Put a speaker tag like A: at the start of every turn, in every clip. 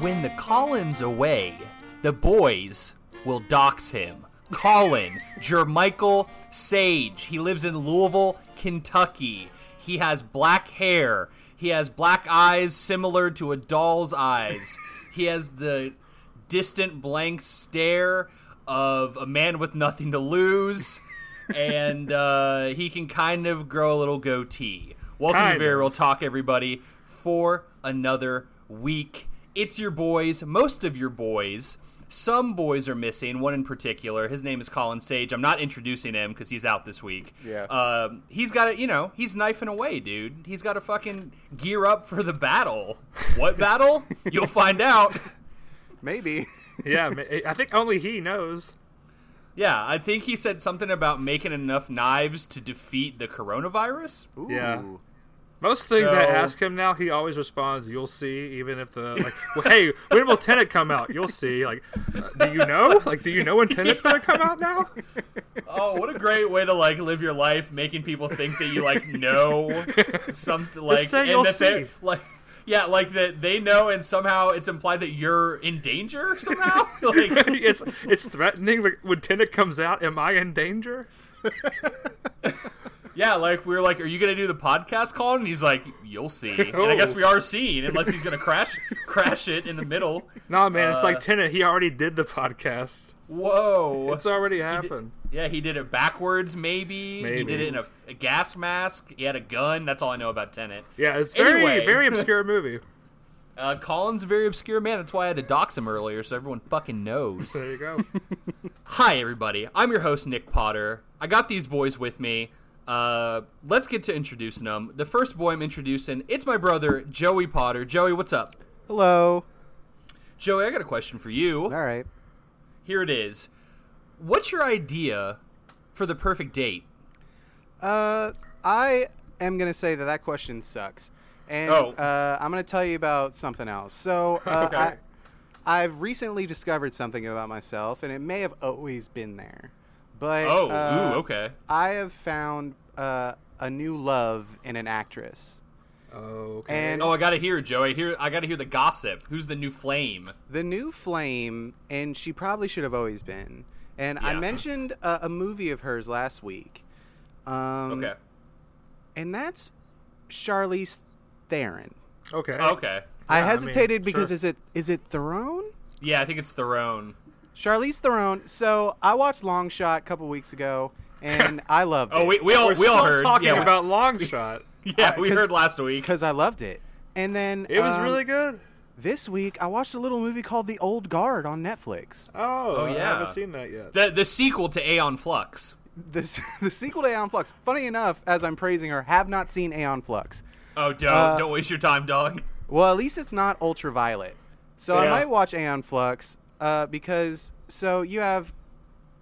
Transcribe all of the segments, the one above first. A: when the Collins away, the boys will dox him. Colin Jermichael Sage. He lives in Louisville, Kentucky. He has black hair. He has black eyes similar to a doll's eyes. He has the distant blank stare of a man with nothing to lose, and uh, he can kind of grow a little goatee. Welcome
B: Kind
A: to
B: of.
A: Very Real Talk, everybody, for another week. It's your boys, most of your boys. Some boys are missing, one in particular. His name is Colin Sage. I'm not introducing him because he's out this week.
C: Yeah.
A: Um, he's got to, you know, he's knifing away, dude. He's got to fucking gear up for the battle. What battle? You'll find out.
C: Maybe.
B: yeah, ma- I think only he knows.
A: Yeah, I think he said something about making enough knives to defeat the coronavirus.
C: Ooh.
B: Yeah. Most things I
A: So-
B: ask him now, he always responds, "You'll see." Even if the like, well, hey, when will Tenet come out? You'll see. Like, uh, do you know? Like, do you know when Tenet's gonna come out now?
A: Oh, what a great way to like live your life, making people think that you like know something like
B: say you'll
A: that they
B: see.
A: like yeah, like that they know and somehow it's implied that you're in danger somehow. like
B: it's it's threatening. Like, when Tenet comes out, am I in danger?
A: yeah, like we were like, Are you gonna do the podcast call? And he's like, You'll see. And I guess
B: Oh.
A: we are seeing, unless he's gonna crash crash it in the middle.
B: Nah, man, it's
A: Uh,
B: like Tenet. He already did the podcast.
A: Whoa.
B: It's already happened.
A: Yeah, he did it backwards. Maybe, he
B: Maybe.
A: did it in a, a gas mask. He had a gun. That's all I know about Tenet.
B: Yeah, it's very
A: Anyway.
B: very obscure movie.
A: Uh, Colin's a very obscure man. That's why I had to dox him earlier, so everyone fucking knows.
B: There you go.
A: Hi, everybody. I'm your host Nick Potter. I got these boys with me. Uh, let's get to introducing them. The first boy I'm introducing, it's my brother Joey Potter. Joey, what's up?
C: Hello.
A: Joey, I got a question for you.
C: All right.
A: Here it is. What's your idea for the perfect date?
C: Uh, I am gonna say that that question sucks, and
A: Oh.
C: uh, I'm gonna tell you about something else. So uh,
A: Okay.
C: I, I've recently discovered something about myself, and it may have always been there, but
A: Oh,
C: uh,
A: ooh, okay.
C: I have found uh, a new love in an actress,
B: okay.
C: and
A: Oh, I gotta hear Joey. Here, I gotta hear the gossip. Who's the new flame?
C: the new flame, and she probably should have always been. And I
A: Yeah.
C: mentioned uh, a movie of hers last week. Um,
B: Mm.
A: Okay.
C: And that's Charlize Theron.
B: Okay.
A: Okay.
C: I
B: Yeah, I mean,
C: hesitated because
B: sure.
C: is it is it Theron?
A: Yeah, I think it's Theron.
C: Charlize Theron. So I watched Long Shot a couple weeks ago, and I loved it.
A: Oh, we, we all
B: We're
A: we all
B: still
A: heard.
B: talking
A: yeah, we-
B: about Long Shot.
A: yeah, we
C: Uh, 'cause-
A: heard last week.
C: because I loved it. And then
B: It was
C: um,
B: really good.
C: This week I watched a little movie called The Old Guard on Netflix.
B: Oh,
A: Oh,
B: I
A: yeah.
B: haven't seen that yet.
A: The the sequel to Aeon Flux.
C: This the sequel to Aeon Flux. Funny enough, as I'm praising her, have not seen Aeon Flux.
A: Oh, don't
C: Uh,
A: don't waste your time, dog.
C: Well, at least it's not ultraviolet. So I
B: Yeah.
C: might watch Aeon Flux uh, because so you have,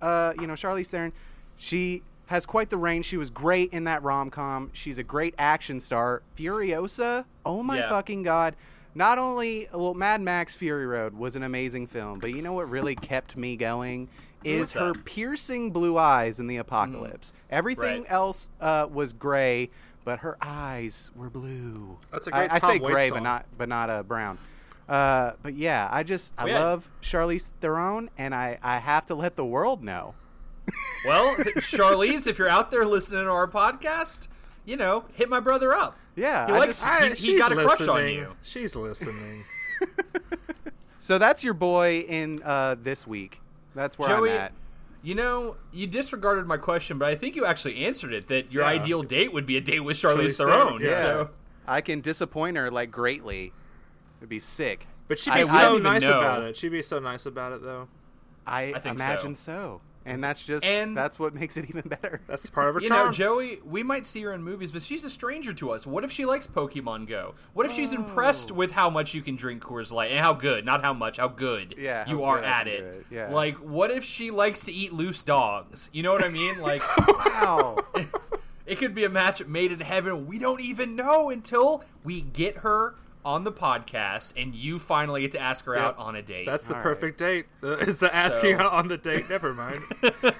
C: uh, you know, Charlize Theron. She has quite the range. She was great in that rom com. She's a great action star. Furiosa. Oh my
A: Yeah.
C: fucking god! Not only well, Mad Max Fury Road was an amazing film, but you know what really kept me going is
A: What's
C: her
A: that?
C: piercing blue eyes in the
B: Mm-hmm.
C: apocalypse. Everything
A: Right.
C: else uh, was gray, but her eyes were blue.
B: That's a
C: I-
B: great
C: I,
B: Tom
C: say
B: Waits
C: gray, but
B: song.
C: not but not uh, brown. Uh, but yeah, I just I
A: We had-
C: love Charlize Theron, and I I have to let the world know.
A: Well, Charlize, if you're out there listening to our podcast, you know, hit my brother up.
C: Yeah,
A: he
C: I
A: likes
C: just-
B: I-
A: he, he
B: she's
A: got a crush on
B: listening.
A: you.
B: She's listening.
C: So that's your boy in uh, this week. That's where
A: Joey,
C: I'm at.
A: you know, you disregarded my question, but I think you actually answered it. That your
B: Yeah.
A: ideal date would be a date with Charlize,
B: Charlize
A: Theron.
B: Theron, yeah.
A: So
C: I can disappoint her like greatly. It'd be sick.
B: But she'd be
C: I- I
B: so
A: don't even
B: nice
A: know.
B: about it. She'd be so nice about it, though.
C: I,
A: I think
C: imagine so. And that's just
A: And-
C: that's what makes it even better.
B: That's part of her
A: You
B: charm.
A: know, Joey, we might see her in movies, but she's a stranger to us. What if she likes Pokemon Go? What if she's
C: Oh.
A: impressed with how much you can drink Coors Light and how good, not how much, how good
C: Yeah, how
A: you are
C: good I
A: at
C: can
A: it.
C: do it, yeah.
A: Like, what if she likes to eat loose dogs? You know what I mean? Like,
C: Wow.
A: it could be a match made in heaven. We don't even know until we get her on the podcast, and you finally get to ask her
B: Yeah.
A: out on a date.
B: That's the
C: All right.
B: perfect date. Uh, Is the asking
A: So-
B: out on the date? Never mind.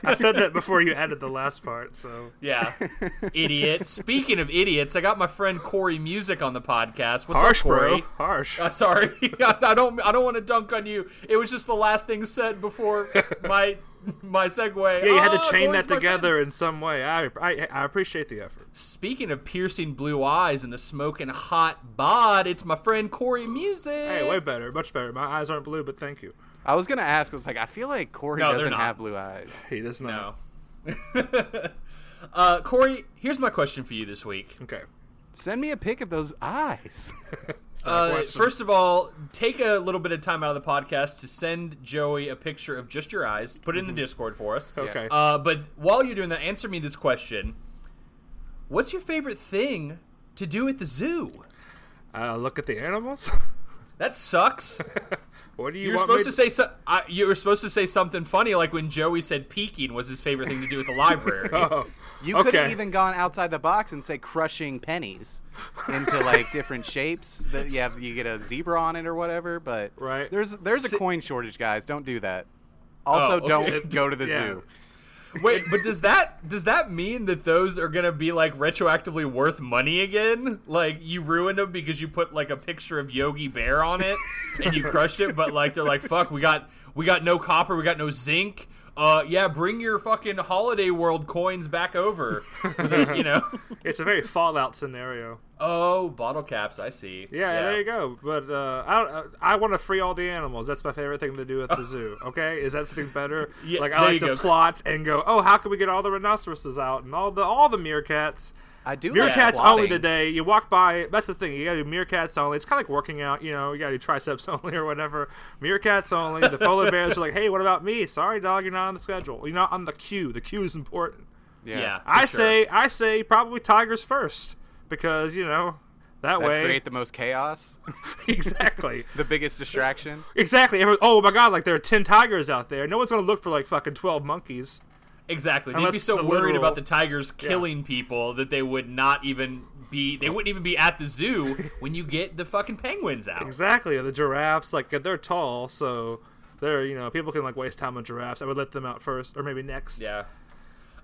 B: I said that before you added the last part. So
A: yeah, idiot. Speaking of idiots, I got my friend Corey Music on the podcast. What's
B: harsh,
A: up, Corey?
B: bro. Harsh.
A: Uh, sorry, I, I don't. I don't want to dunk on you. It was just the last thing said before my my segue.
B: yeah, you had
A: Ah,
B: to
A: Corey's
B: chain that
A: my friend.
B: together in some way. I, I I appreciate the effort.
A: Speaking of piercing blue eyes and a smoking hot bod, it's my friend Corey Music.
B: Hey, way better, much better. My eyes aren't blue, but thank you.
C: I was gonna ask. I was like, I feel like Corey
A: No, they're
C: doesn't
A: not.
C: have blue eyes.
B: He does
A: No.
B: not.
A: uh, Corey, here's my question for you this week.
B: Okay.
C: Send me a pic of those eyes.
A: Uh,
B: question.
A: first of all, take a little bit of time out of the podcast to send Joey a picture of just your eyes. Put it in the Discord for us.
B: Mm-hmm. Okay.
A: Uh, but while you're doing that, answer me this question: What's your favorite thing to do at the zoo?
B: Uh, look at the animals.
A: That sucks.
B: What do you
A: You were
B: want me
A: supposed to say so, I, you were supposed to say something funny, like when Joey said peeking was his favorite thing to do at the library.
B: Oh,
C: You
B: okay.
C: could have even gone outside the box and say crushing pennies into like different shapes that you have. You get a zebra on it or whatever. But
B: Right.
C: there's there's a
A: Si-
C: coin shortage, guys. Don't do that. Also,
A: Oh, okay.
C: don't go to the
B: Yeah.
C: zoo.
A: Wait, but does that does that mean that those are gonna be like retroactively worth money again? Like you ruined them because you put like a picture of Yogi Bear on it and you crushed it, but like they're like, fuck, we got we got no copper, we got no zinc. Uh, yeah, bring your fucking Holiday World coins back over. They- you know.
B: It's a very Fallout scenario.
A: Oh, bottle caps. I see.
B: Yeah, there you go. But uh, I uh, I want to free all the animals. That's my favorite thing to do at the zoo. Okay, is that something better?
A: Yeah,
B: like I
A: there
B: like
A: you
B: to
A: go.
B: plot and go. Oh, how can we get all the rhinoceroses out and all the all the meerkats?
C: I do. like
B: Meerkats only
C: plotting.
B: today. You walk by. That's the thing. You gotta do meerkats only. It's kind of like working out. You know, you gotta do triceps only or whatever. Meerkats only. The polar bears are like, hey, what about me? Sorry, dog, you're not on the schedule. You're not on the queue. The queue is important.
A: Yeah. for
B: I
A: sure.
B: say, I say, probably tigers first because you know that,
C: That
B: way
C: create the most chaos,
B: exactly.
C: the biggest distraction.
B: Exactly. Everyone, oh my god, like there are 10 tigers out there. No one's going to look for like fucking 12 monkeys.
A: Exactly. They'd be
B: Unless
A: so
B: the
A: worried
B: literal-
A: about the tigers killing people that they would not even be they wouldn't even be at the zoo when you get the fucking penguins out.
B: Exactly. The giraffes, like they're tall, so they're, you know, people can like waste time on giraffes. I would let them out first or maybe next.
A: Yeah.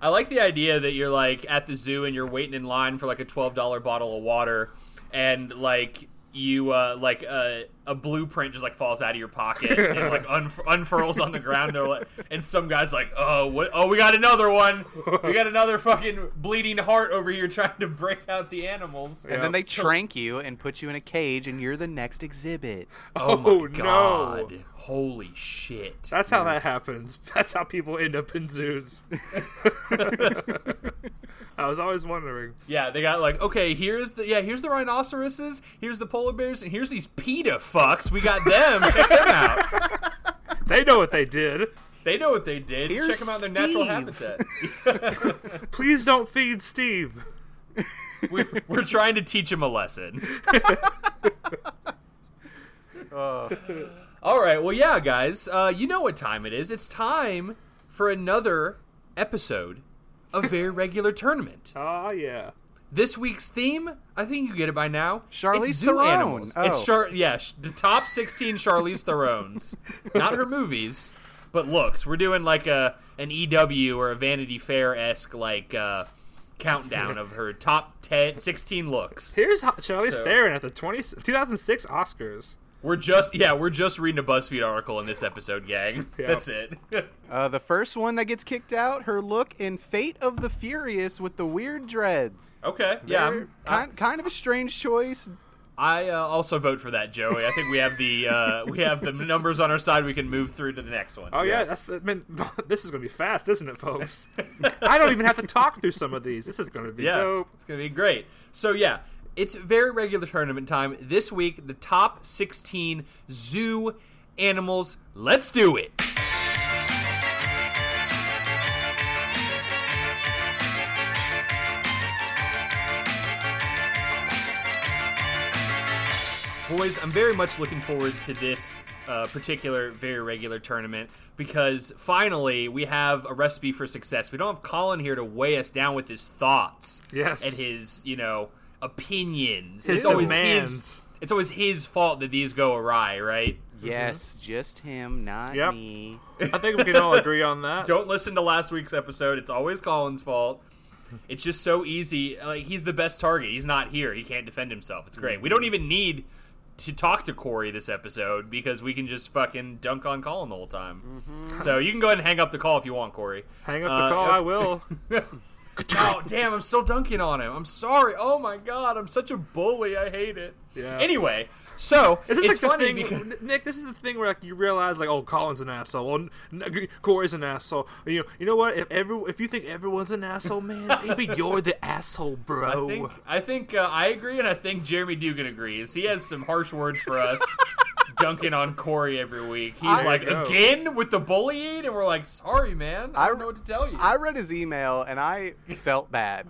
A: I like the idea that you're like at the zoo and you're waiting in line for like a twelve dollar bottle of water and like you uh like uh, a blueprint just like falls out of your pocket and like unf- unfurls on the ground they're like and some guy's like oh what oh we got another one we got another fucking bleeding heart over here trying to break out the animals
C: And
B: Yeah.
C: then they trank you and put you in a cage, and you're the next exhibit.
A: Oh my
B: Oh, no.
A: god. Holy shit.
B: That's how that happens. That's how people end up in zoos. I was always wondering.
A: Yeah, they got like, okay, here's the yeah, here's the rhinoceroses, here's the polar bears, and here's these PETA fucks. We got them. Check them out.
B: They know what they did.
A: They know what they did.
C: Here's
A: Check them out in their natural
C: Steve.
A: habitat.
B: Please don't feed Steve.
A: We, we're trying to teach them a lesson.
C: Oh.
A: All right, well, yeah, guys, uh, you know what time it is. It's time for another episode of Very Regular Tournament.
B: Oh, yeah.
A: This week's theme, I think you get it by now.
C: Charlize
A: it's zoo
C: Theron.
A: animals. It's
C: Oh.
A: Char- yeah, sh- the top 16 Charlize Theron's. Not her movies, but looks. We're doing like a an EW or a Vanity Fair esque like uh, countdown of her top 10, 16 looks.
B: Here's how Charlize
A: So-
B: Theron at the 20, 2006 Oscars.
A: We're just yeah, we're just reading a BuzzFeed article in this episode, gang.
B: Yeah.
A: That's it.
C: Uh, the first one that gets kicked out, her look in Fate of the Furious with the weird dreads.
A: okay, yeah, I'm-
C: Kind, kind of a strange choice.
A: I uh, also vote for that, Joey. I think we have the uh, we have the numbers on our side. We can move through to the next one.
B: Oh yeah, that's I mean, this is gonna be fast, isn't it, folks? I don't even have to talk through some of these. This is gonna be
A: Yeah,
B: dope.
A: it's gonna be great. So yeah, it's very regular tournament time this week. The top 16 zoo animals. Let's do it. Boys, I'm very much looking forward to this uh, particular, very regular tournament because finally we have a recipe for success. We don't have Colin here to weigh us down with his thoughts,
B: Yes.
A: and his you know opinions.
B: His
A: It's always
B: demands.
A: It's always his fault that these go awry, right?
C: Yes, just him, not
B: Mm-hmm. Yep.
C: me.
B: I think we can all agree on that.
A: Don't listen to last week's episode. It's always Colin's fault. It's just so easy. Like he's the best target. He's not here. He can't defend himself. It's great. We don't even need to talk to Corey this episode because we can just fucking dunk on Colin the whole time. So you can go ahead and hang up the call if you want, Corey.
B: Mm-hmm. Hang up
A: Uh,
B: the call.
A: yep.
B: I will.
A: Oh damn! I'm still dunking on him. I'm sorry. Oh my god! I'm such a bully. I hate it.
B: Yeah.
A: Anyway, so
B: This is
A: it's
B: like
A: funny
B: the thing,
A: because
B: Nick. This is the thing where like you realize like, oh, Colin's an asshole. Well, N- N- Corey's an asshole. You know, you know what? If every if you think everyone's an asshole, man, maybe you're the asshole, bro.
A: I think I think uh, I agree, and I think Jeremy Dugan agrees. He has some harsh words for us, dunking on Corey every week. He's
C: I-
A: like,
B: There you go.
A: again with the bullying, and we're like, sorry, man, I,
C: I-
A: don't know what to tell you.
C: I read his email and I felt bad.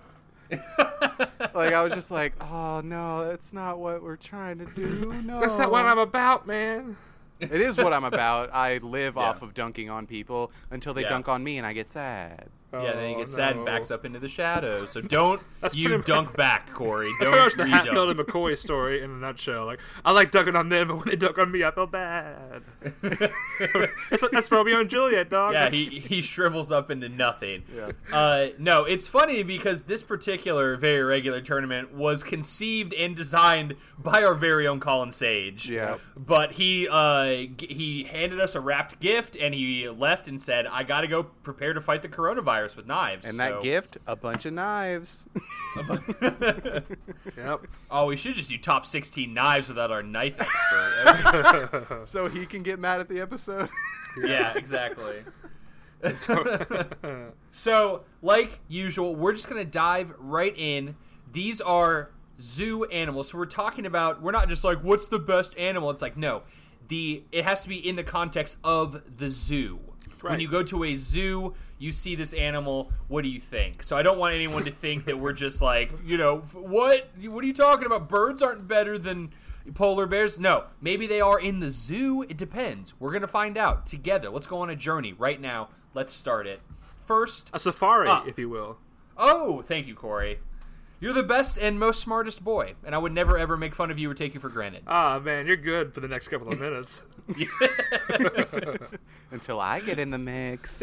C: like I was just like, oh no, that's not what we're trying to do. No,
B: That's not what I'm about, man.
C: It is what I'm about. I live off of dunking on people until they
A: Yeah.
C: dunk on me and I get sad.
A: yeah, then he
B: Oh,
A: gets sad and
B: no.
A: backs up into the shadows. So don't you
B: pretty much-
A: dunk back, Corey?
B: That's pretty much
A: Don't
B: the
A: re
B: Hatfield
A: dunk.
B: and McCoy story in a nutshell. Like, I like dunking on them, but when they dunk on me, I feel bad. that's, that's Romeo and Juliet, dog.
A: Yeah,
B: That's-
A: he, he shrivels up into nothing. Uh, no, it's funny because this particular very regular tournament was conceived and designed by our very own Colin Sage.
C: Yeah.
A: But he uh, g- he handed us a wrapped gift and he left and said, "I got to go prepare to fight the coronavirus with knives."
C: And
A: So-
C: that gift, a bunch of knives.
B: Yep.
A: Oh, we should just do top sixteen knives without our knife expert.
C: so he can get mad at the episode.
A: yeah, exactly. So, like usual, we're just going to dive right in. These are zoo animals. So we're talking about we're not just like what's the best animal. It's like no. The it has to be in the context of the zoo. When
B: right.
A: you go to a zoo, you see this animal, what do you think? So I don't want anyone to think that we're just like, you know, f- what what are you talking about? Birds aren't better than polar bears? No. Maybe they are in the zoo. It depends. We're going to find out together. Let's go on a journey right now. Let's start it. First,
B: A safari,
A: Ah.
B: if you will.
A: Oh, thank you, Corey. You're the best and most smartest boy, and I would never ever make fun of you or take you for granted.
B: Ah, man, you're good for the next couple of minutes.
C: until I get in the mix.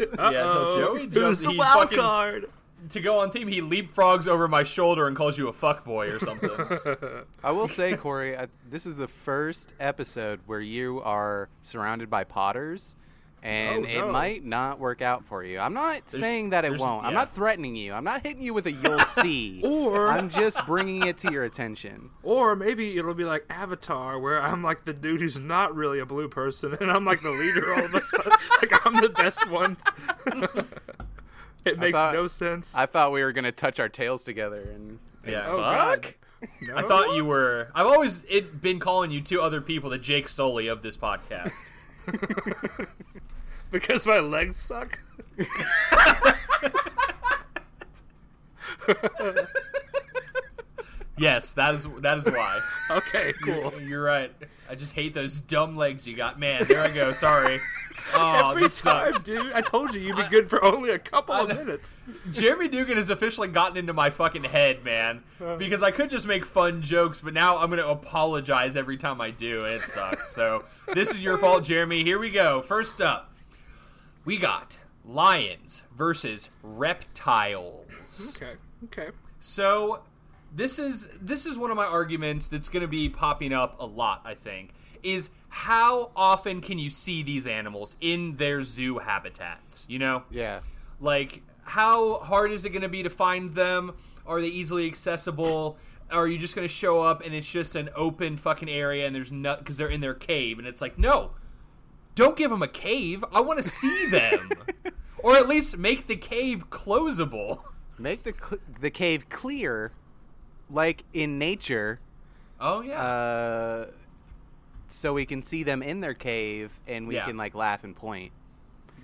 A: Yeah, no, Joey
B: Oh, Who's
A: jumps-
B: the
A: he
B: wild
A: fucking-
B: card?
A: To go on theme, he leapfrogs over my shoulder and calls you a fuckboy or something.
C: I will say, Corey, I, this is the first episode where you are surrounded by Potters, and
B: Oh,
C: it
B: no.
C: might not work out for you. I'm not saying that it
A: there's-
C: won't. I'm
A: yeah.
C: not threatening you. I'm not hitting you with a you'll see.
B: Or-
C: I'm just bringing it to your attention.
B: Or maybe it'll be like Avatar, where I'm like the dude who's not really a blue person, and I'm like the leader all of a sudden. like I'm the best one. it makes
C: thought-
B: no sense.
C: I thought we were gonna touch our tails together and. and
A: Yeah.
B: Oh,
A: fuck.
B: God.
C: fuck.
A: I
B: No?
A: thought you were. I've always it, been calling you two other people the Jake Sully of this podcast.
B: because my legs suck.
A: Yes, that is that is why.
B: Okay, cool.
A: You're right. I just hate those dumb legs you got, man. There I go. Sorry. Oh,
B: Every
A: this
B: time,
A: sucks.
B: dude. I told you you'd be good for only a couple of minutes.
A: Jeremy Dugan has officially gotten into my fucking head, man. Because I could just make fun jokes, but now I'm going to apologize every time I do, and it sucks. So this is your fault, Jeremy. Here we go. First up, we got lions versus reptiles.
B: Okay. Okay.
A: So this is this is one of my arguments that's going to be popping up a lot, I think, is how often can you see these animals in their zoo habitats, you know?
C: Yeah.
A: Like, how hard is it going to be to find them? Are they easily accessible? Are you just going to show up and it's just an open fucking area and there's no because they're in their cave and it's like no, don't give them a cave. I want to see them, or at least make the cave closable.
C: Make the cl- the cave clear, like in nature,
A: Oh yeah,
C: uh, so we can see them in their cave and we
A: Yeah.
C: can like laugh and point.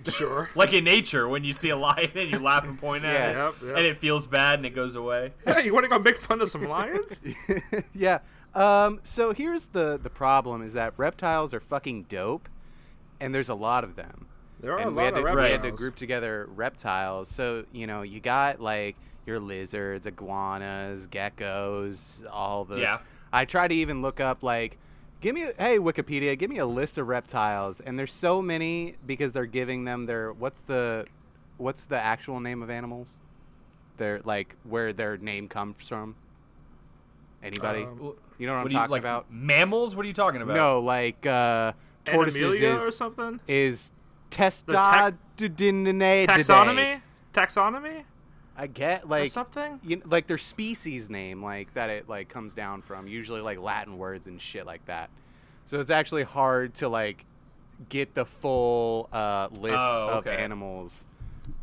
B: Sure.
A: like in nature when you see a lion and you laugh and point at
C: Yeah.
A: it
B: Yep, yep.
A: and it feels bad and it goes away.
B: Hey, you want to go make fun of some lions?
C: yeah. Um, so here's the the problem is that reptiles are fucking dope, and there's a lot of them.
B: There are
C: and
B: Oh, a
C: we had
B: lot of
C: to, We had to
B: reptiles.
C: group together reptiles. So you know you got like your lizards, iguanas, geckos, all the.
A: Yeah.
C: I try to even look up like, give me hey Wikipedia, give me a list of reptiles, and there's so many because they're giving them their what's the what's the actual name of animals? They're like where their name comes from. Anybody?
B: Um,
C: you know what, I'm
A: What do you
C: talking
A: like?
C: about?
A: Mammals? What are you talking about?
C: No, like uh, tortoises
B: Animalia or
C: is,
B: something?
C: is
B: tax-
C: testodininae.
B: Taxonomy? Taxonomy?
C: I get
B: Or
C: like
B: something?
C: you kn- like their species name like that it like comes down from usually like latin words and shit like that so it's actually hard to like get the full uh, list
A: Oh,
C: of
A: okay.
C: animals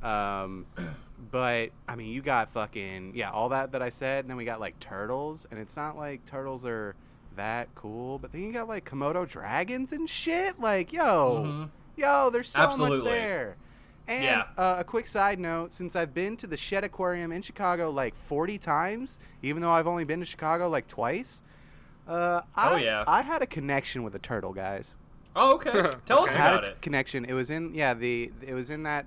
C: um, but i mean you got fucking yeah all that that i said and then we got like turtles and it's not like turtles are that cool but then you got like komodo dragons and shit like yo
A: Mhm.
C: yo there's so much
A: Absolutely.
C: there and
A: Yeah.
C: uh, a quick side note since I've been to the Shed Aquarium in Chicago like 40 times, even though I've only been to Chicago like twice, uh, I,
A: Oh, yeah.
C: I had a connection with a turtle, guys.
A: Oh, okay. Tell us
B: Okay.
C: I had
A: about
C: a
A: it.
C: connection. It was in, yeah, the it was in that.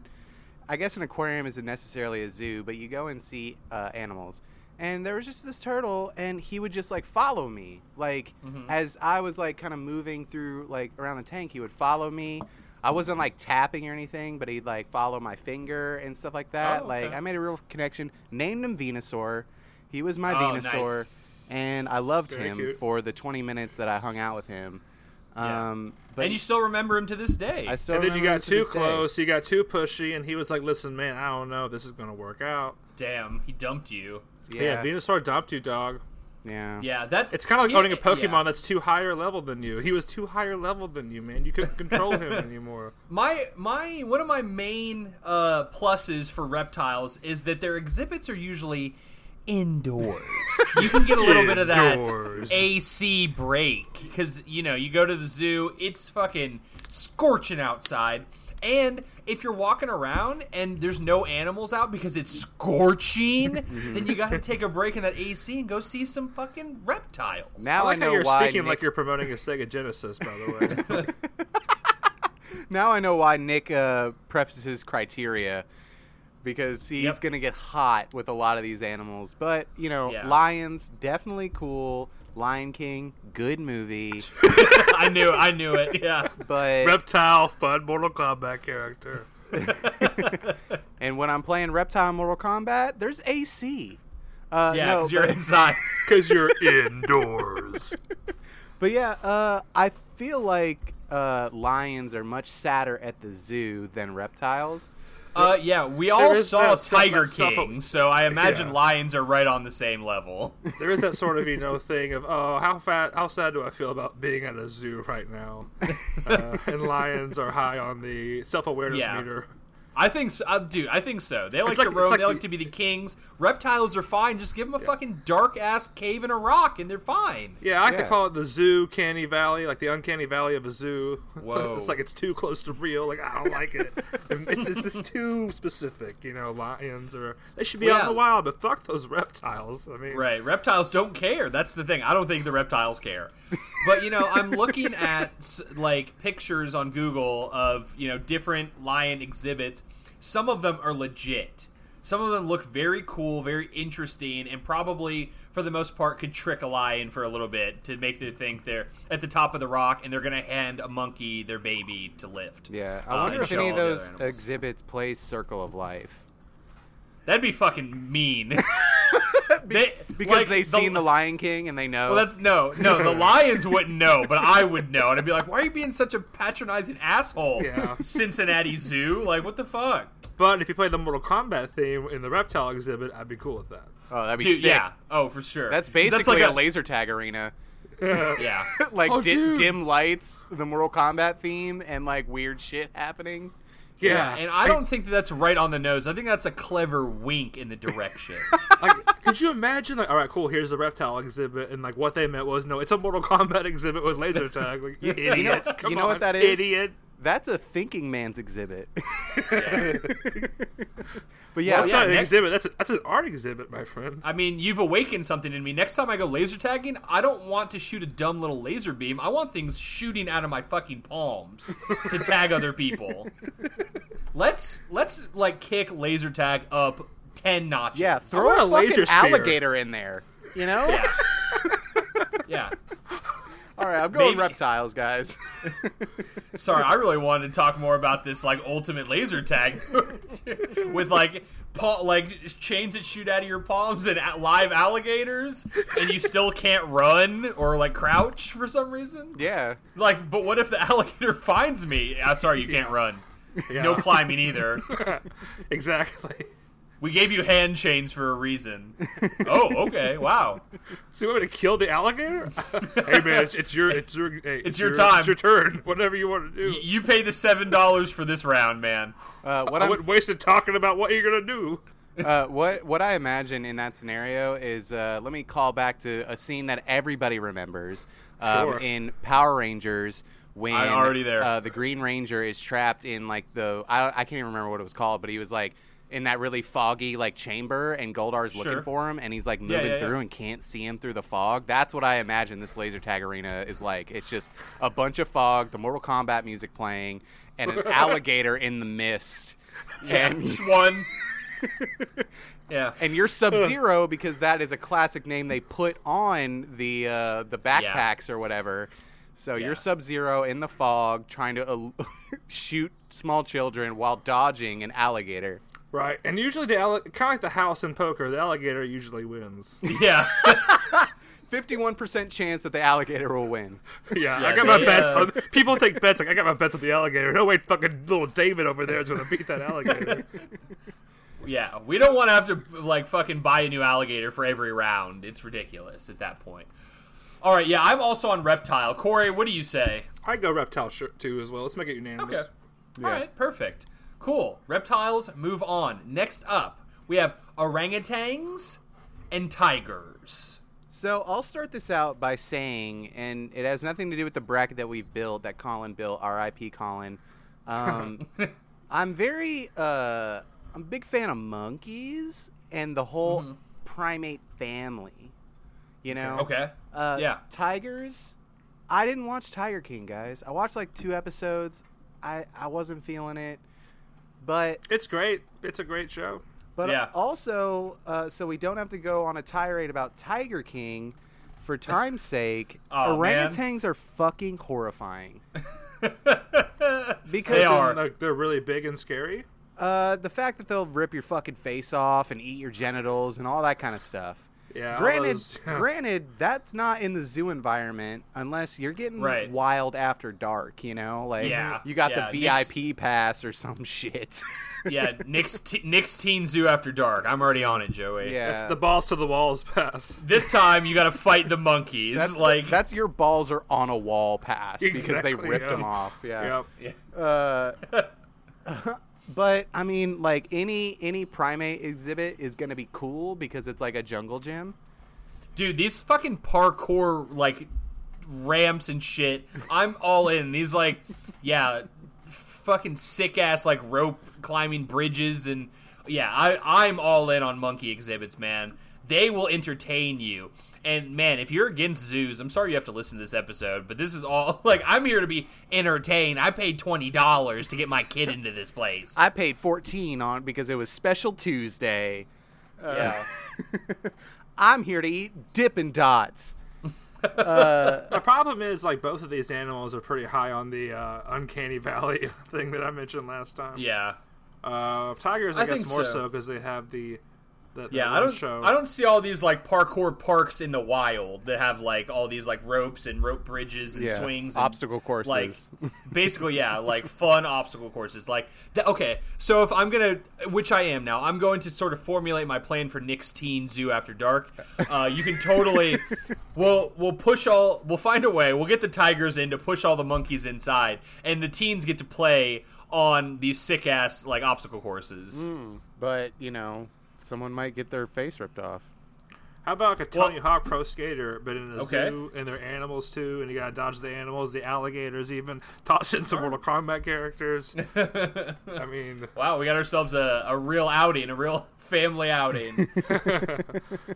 C: I guess an aquarium isn't necessarily a zoo, but you go and see uh, animals. And there was just this turtle, and he would just like follow me, like
A: Mm-hmm.
C: as I was like kind of moving through like around the tank, he would follow me. I wasn't like tapping or anything, but he'd like follow my finger and stuff like that.
A: Oh,
C: Like
A: okay.
C: I made a real connection. Named him Venusaur. He was my
A: Oh,
C: Venusaur,
A: nice.
C: and I loved
B: Very
C: him
B: cute.
C: for the 20 minutes that I hung out with him.
A: Yeah.
C: Um, but
A: And you still remember him to this day.
C: I still
B: and then you
C: remember
B: got
C: it to
B: too
C: this day.
B: close, you got too pushy, and he was like, listen, man, I don't know if this is going to work out.
A: Damn, he dumped you.
B: Yeah,
C: Yeah,
B: Venusaur dumped you, dog.
C: yeah,
A: Yeah, that's
B: It's kind of like
A: he-
B: owning a
A: yeah.
B: Pokemon that's too higher level than you. He was too higher level than you, man. You couldn't control him anymore.
A: My my one of my main uh, pluses for reptiles is that their exhibits are usually indoors. you can get a little bit of that
B: Indoors.
A: AC break because you know you go to the zoo, it's fucking scorching outside. And if you're walking around and there's no animals out because it's scorching, then you got to take a break in that AC and go see some fucking reptiles.
B: I
C: Now I,
B: like
C: know
B: how you're
C: why.
B: speaking
C: Nick,
B: like you're promoting a Sega Genesis, by the way.
C: now I know why Nick uh, prefaces criteria because he's
A: Yep.
C: gonna get hot with a lot of these animals. But you know,
A: Yeah.
C: lions definitely cool. Lion King, good movie.
A: I knew, I knew it. Yeah.
C: But
B: Reptile, fun Mortal Kombat character.
C: and when I'm playing Reptile in Mortal Kombat, there's AC. Uh,
A: Yeah,
C: no,
A: because you're
C: but-
A: inside.
B: Because you're indoors.
C: But yeah, uh, I feel like uh, lions are much sadder at the zoo than reptiles. So,
A: Uh, yeah, we all
B: is
A: saw
B: that stuff
A: Tiger
B: that's self-
A: King, so I imagine
B: Yeah.
A: lions are right on the same level.
B: There is that sort of, you know, thing of, oh, how fat, how sad do I feel about being at a zoo right now? Uh, and lions are high on the self awareness
A: Yeah.
B: meter.
A: I think, so, uh, dude. I think so. They like,
B: like-
A: to
B: it's
A: roam.
B: like
A: they like
B: the-
A: to be the kings. Reptiles are fine. Just give them a fucking dark ass cave and a rock, and they're fine.
B: Yeah, I like
C: Yeah.
B: to call it the zoo canny valley, like the uncanny valley of a zoo.
A: Whoa.
B: it's like it's too close to real. Like I don't like it. it's, it's just too specific. You know, lions or they should be out in
A: Yeah.
B: the wild, but fuck those reptiles. I mean,
A: Right. Reptiles don't care. That's the thing. I don't think the reptiles care. But you know, I'm looking at s- like pictures on Google of, you know, different lion exhibits. Some of them are legit. Some of them look very cool, very interesting, and probably for the most part could trick a lion for a little bit to make them think they're at the top of the rock and they're going to hand a monkey their baby to lift.
C: yeah,
A: Uh,
C: I wonder
A: and
C: if
A: show
C: any of
A: all the other
C: those
A: animals.
C: exhibits play Circle of Life
A: That'd be fucking mean. They-
C: because
A: like,
C: they've seen the, Lion King and they know.
A: Well, that's no, no. The Lions wouldn't know, but I would know, and I'd be like, "Why are you being such a patronizing asshole,
B: Yeah.
A: Cincinnati Zoo? Like, what the fuck,
B: But if you play the Mortal Kombat theme in the reptile exhibit, I'd be cool with that.
C: oh, that'd be
A: dude?
C: sick.
A: Yeah, oh, for sure.
C: That's
A: 'Cause
C: basically
A: like
C: a, laser tag arena,
A: yeah,
C: like
B: Oh,
C: di-
B: dude.
C: dim lights, the Mortal Kombat theme, and like weird shit happening.
A: yeah. And I
B: Like-
A: don't think that that's right on the nose. I think that's a clever wink in the direction.
B: like, could you imagine? Like, all right, cool. Here's the reptile exhibit, and like what they meant was, no, it's a Mortal Kombat exhibit with laser tag. Like, you idiot! Come
C: you know what
B: on,
C: that is?
B: Idiot.
C: That's a thinking man's exhibit.
A: Yeah.
C: but yeah,
A: Well,
B: That's
A: yeah,
B: not an
A: next-
B: exhibit. That's a, that's an art exhibit, my friend.
A: I mean, you've awakened something in me. Next time I go laser tagging, I don't want to shoot a dumb little laser beam. I want things shooting out of my fucking palms to tag other people. Let's let's like kick laser tag up ten notches.
C: yeah,
B: I
C: throw
B: want
C: a,
B: a laser
C: fucking
B: spear.
C: alligator in there. You know,
A: Yeah.
C: All right, I'm going
A: Maybe-
C: reptiles, guys.
A: Sorry, I really wanted to talk more about this like ultimate laser tag with like paw, like chains that shoot out of your palms and a- live alligators, and you still can't run or like crouch for some reason.
C: yeah.
A: Like, but what if the alligator finds me? I'm sorry, you can't run. No
B: Yeah.
A: climbing either.
B: exactly.
A: We gave you hand chains for a reason. Oh, okay. Wow.
B: So you want me to kill the alligator? hey man, it's, it's your it's your hey, it's,
A: your time.
B: It's your turn. Whatever you want to do.
A: Y- You pay the seven dollars for this round, man.
C: Uh, what
B: I
C: I'm
B: wouldn't waste it talking about what you're gonna do.
C: uh, what what I imagine in that scenario is uh, let me call back to a scene that everybody remembers um,
B: Sure.
C: in Power Rangers when
A: I'm already there.
C: Uh, the Green Ranger is trapped in like the I, I can't even remember what it was called, but he was like in that really foggy like chamber, and Goldar's
A: Sure.
C: looking for him, and he's like moving
A: yeah, yeah.
C: through and can't see him through the fog. That's what I imagine this laser tag arena is like. It's just a bunch of fog, the Mortal Kombat music playing, and an alligator in the mist. And
A: Just one. Yeah.
C: and you're Sub Zero because that is a classic name they put on the uh, the backpacks or whatever. So
A: Yeah.
C: you're Sub Zero in the fog trying to el- shoot small children while dodging an alligator.
B: Right, and usually the alli- kind of like the house in poker, the alligator usually wins. yeah,
A: Yeah.
C: Fifty-one percent chance that the alligator will win.
B: I got my
A: they,
B: bets.
A: uh,
B: On, people take bets like I got my bets on the alligator. No way, fucking little David over there is gonna beat that alligator.
A: Yeah, we don't want to have to like fucking buy a new alligator for every round. It's ridiculous at that point. All right, yeah, I'm also on reptile. Corey, what do you say?
B: I go reptile shirt too as well. Let's make it unanimous.
A: Okay. All right, perfect. Cool. Reptiles move on. Next up, we have orangutans and tigers.
C: So I'll start this out by saying, and it has nothing to do with the bracket that we've built that Colin built. R.I.P. Colin. Um, I'm very, uh, I'm a big fan of monkeys and the whole primate family. You know.
A: Mm-hmm. Okay.
C: Uh,
A: yeah.
C: Tigers. I didn't watch Tiger King, guys. I watched like two episodes. I I wasn't feeling it, but
B: It's great. It's a great show.
C: but
A: Yeah.
C: also, uh, so we don't have to go on a tirade about Tiger King. For time's sake,
A: Aw, man.
C: orangutans are fucking horrifying. because
A: They are.
B: Like they're really big and scary.
C: Uh, the fact that they'll rip your fucking face off and eat your genitals and all that kind of stuff.
B: Yeah, all
C: Granted,
B: those-
C: granted, that's not in the zoo environment unless you're getting
A: Right.
C: wild after dark. You know, like
A: Yeah,
C: you got
A: yeah,
C: the
A: Nick's-
C: VIP pass or some shit.
A: Yeah, Nick's t- Nick's Teen Zoo After Dark. I'm already on it, Joey.
C: yeah,
B: It's the balls to the walls pass.
A: This time you got to fight the monkeys.
C: that's
A: like
C: that's your balls are on a wall pass because they
B: Exactly,
C: ripped
B: yeah.
C: them off. Yeah.
B: Yep.
C: But I mean, like any any primate exhibit is gonna be cool because it's like a jungle gym.
A: dude these fucking parkour like ramps and shit i'm all in these like yeah fucking sick ass like rope climbing bridges and yeah i i'm all in on monkey exhibits man they will entertain you and man if you're against zoos i'm sorry you have to listen to this episode but this is all like i'm here to be entertained i paid $20 to get my kid into this place
C: I paid fourteen on it because it was special Tuesday.
A: yeah.
C: I'm here to eat Dippin' Dots.
B: The problem is like both of these animals are pretty high on the uh, uncanny valley thing that I mentioned last time.
A: yeah
B: Uh, tigers, I,
A: I
B: guess
A: think
B: more
A: so.
B: so because they have the, the, the
A: Yeah, I
B: one
A: don't.
B: show.
A: I don't see all these like parkour parks in the wild that have like all these like ropes and rope bridges and
C: Yeah,
A: swings, and,
C: obstacle courses.
A: Like, basically, yeah, like fun obstacle courses. Like, th- okay, so if I'm gonna, which I am now, I'm going to sort of formulate my plan for Nick's Teen Zoo After Dark. Uh, you can totally, we'll we'll push all, we'll find a way. We'll get the tigers in to push all the monkeys inside, and the teens get to play on these sick ass like obstacle courses.
C: But, you know, someone might get their face ripped off.
B: How about like a Tony
A: Well-
B: Hawk pro skater, but in a
A: Okay.
B: zoo, and they're animals too, and you gotta dodge the animals, the alligators, even toss in some Mortal Kombat characters. I mean,
A: Wow, we got ourselves a, a real outing, a real family outing.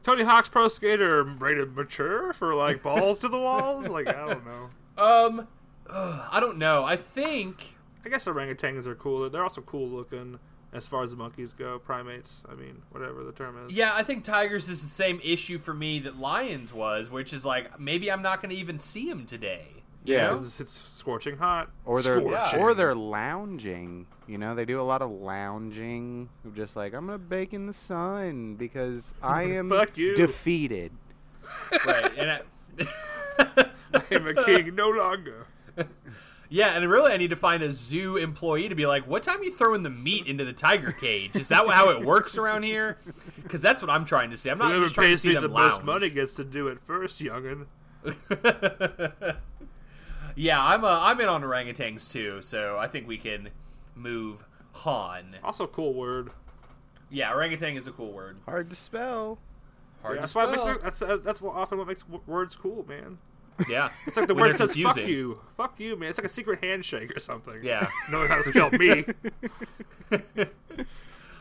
B: Tony Hawk's pro skater rated mature for like balls to the walls. Like I don't know.
A: um, ugh, I don't know. I think
B: I guess orangutans are cool. They're also cool looking, and as far as the monkeys go, primates. I mean, whatever the term is.
A: Yeah, I think tigers is the same issue for me that lions was, which is like maybe I'm not going to even see him today. you
C: Yeah.
A: know?
B: It's, it's scorching hot.
C: or they're
A: Scorching.
C: or they're lounging. You know, they do a lot of lounging. of Just like I'm gonna bake in the sun because I am
B: Fuck you.
C: defeated.
A: right. And I,
B: I'm a king no longer.
A: yeah, and really, I need to find a zoo employee to be like, "What time you throwing the meat into the tiger cage? Is that how it works around here? Because that's what I'm trying to see. I'm not
B: Whoever
A: just trying to
B: pays
A: see
B: me
A: them
B: the
A: lounge.
B: most money gets to do it first, youngin.
A: yeah, I'm uh, I'm in on orangutans too, so I think we can move on.
B: Also, cool word.
A: Yeah, orangutan is a cool word.
C: Hard to spell.
A: Hard
B: Yeah,
A: to
B: that's why it makes,
A: spell.
B: that's uh, that's what often what makes w- words cool, man.
A: Yeah,
B: It's like the
A: When
B: word
A: they're
B: says "fuck
A: confusing.
B: you," "fuck you," man. It's like a secret handshake or something.
A: Yeah.
B: knowing how to spell me.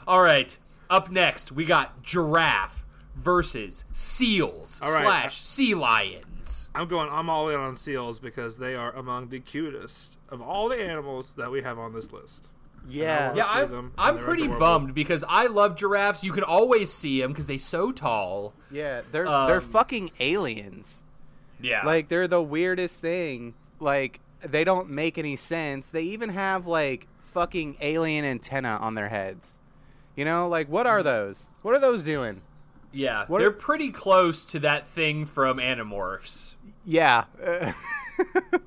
A: All right. Up next, we got giraffe versus seals
B: right. uh,
A: slash sea lions.
B: I'm going. I'm all in on seals because they are among the cutest of all the animals that we have on this list.
C: Yeah.
B: wanna
A: Yeah,
B: see them,
A: I'm,
B: and
A: I'm
B: they're
A: pretty
B: adorable.
A: bummed because I love giraffes. You can always see them because they so tall.
C: Yeah. They're
A: Um,
C: they're fucking aliens.
A: Yeah,
C: Like they're the weirdest thing. Like they don't make any sense. They even have like fucking alien antenna on their heads. You know, like what are those? Mm. What are those doing?
A: yeah,
C: what-
A: they're pretty close to that thing from Animorphs.
C: Yeah.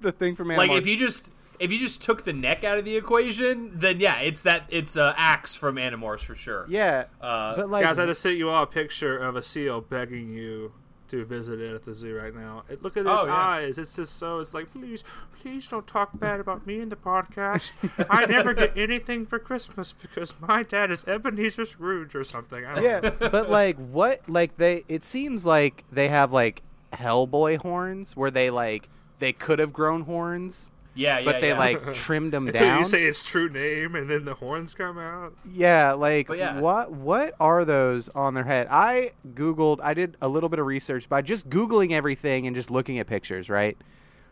C: the thing from Animal
A: Like if you just if you just took the neck out of the equation, then yeah, it's that it's uh, axe from Animorphs for sure.
C: Yeah.
A: Uh,
C: but like
B: Guys, I just sent you all a picture of a seal begging you to visit it at the zoo right now. It, look at its
A: Oh, yeah.
B: eyes. It's just so. It's like, please, please don't talk bad about me in the podcast. I never get anything for Christmas because my dad is Ebenezer Scrooge or something. I don't
C: Yeah,
B: know.
C: but like what like they it seems like they have like Hellboy horns where they like they could have grown horns,
A: yeah, yeah.
C: but they
A: yeah.
C: like trimmed them
B: Until
C: down.
B: you say its true name and then the horns come out.
C: yeah, like
A: But yeah.
C: what what are those on their head? I googled, I did a little bit of research by just googling everything and just looking at pictures, right?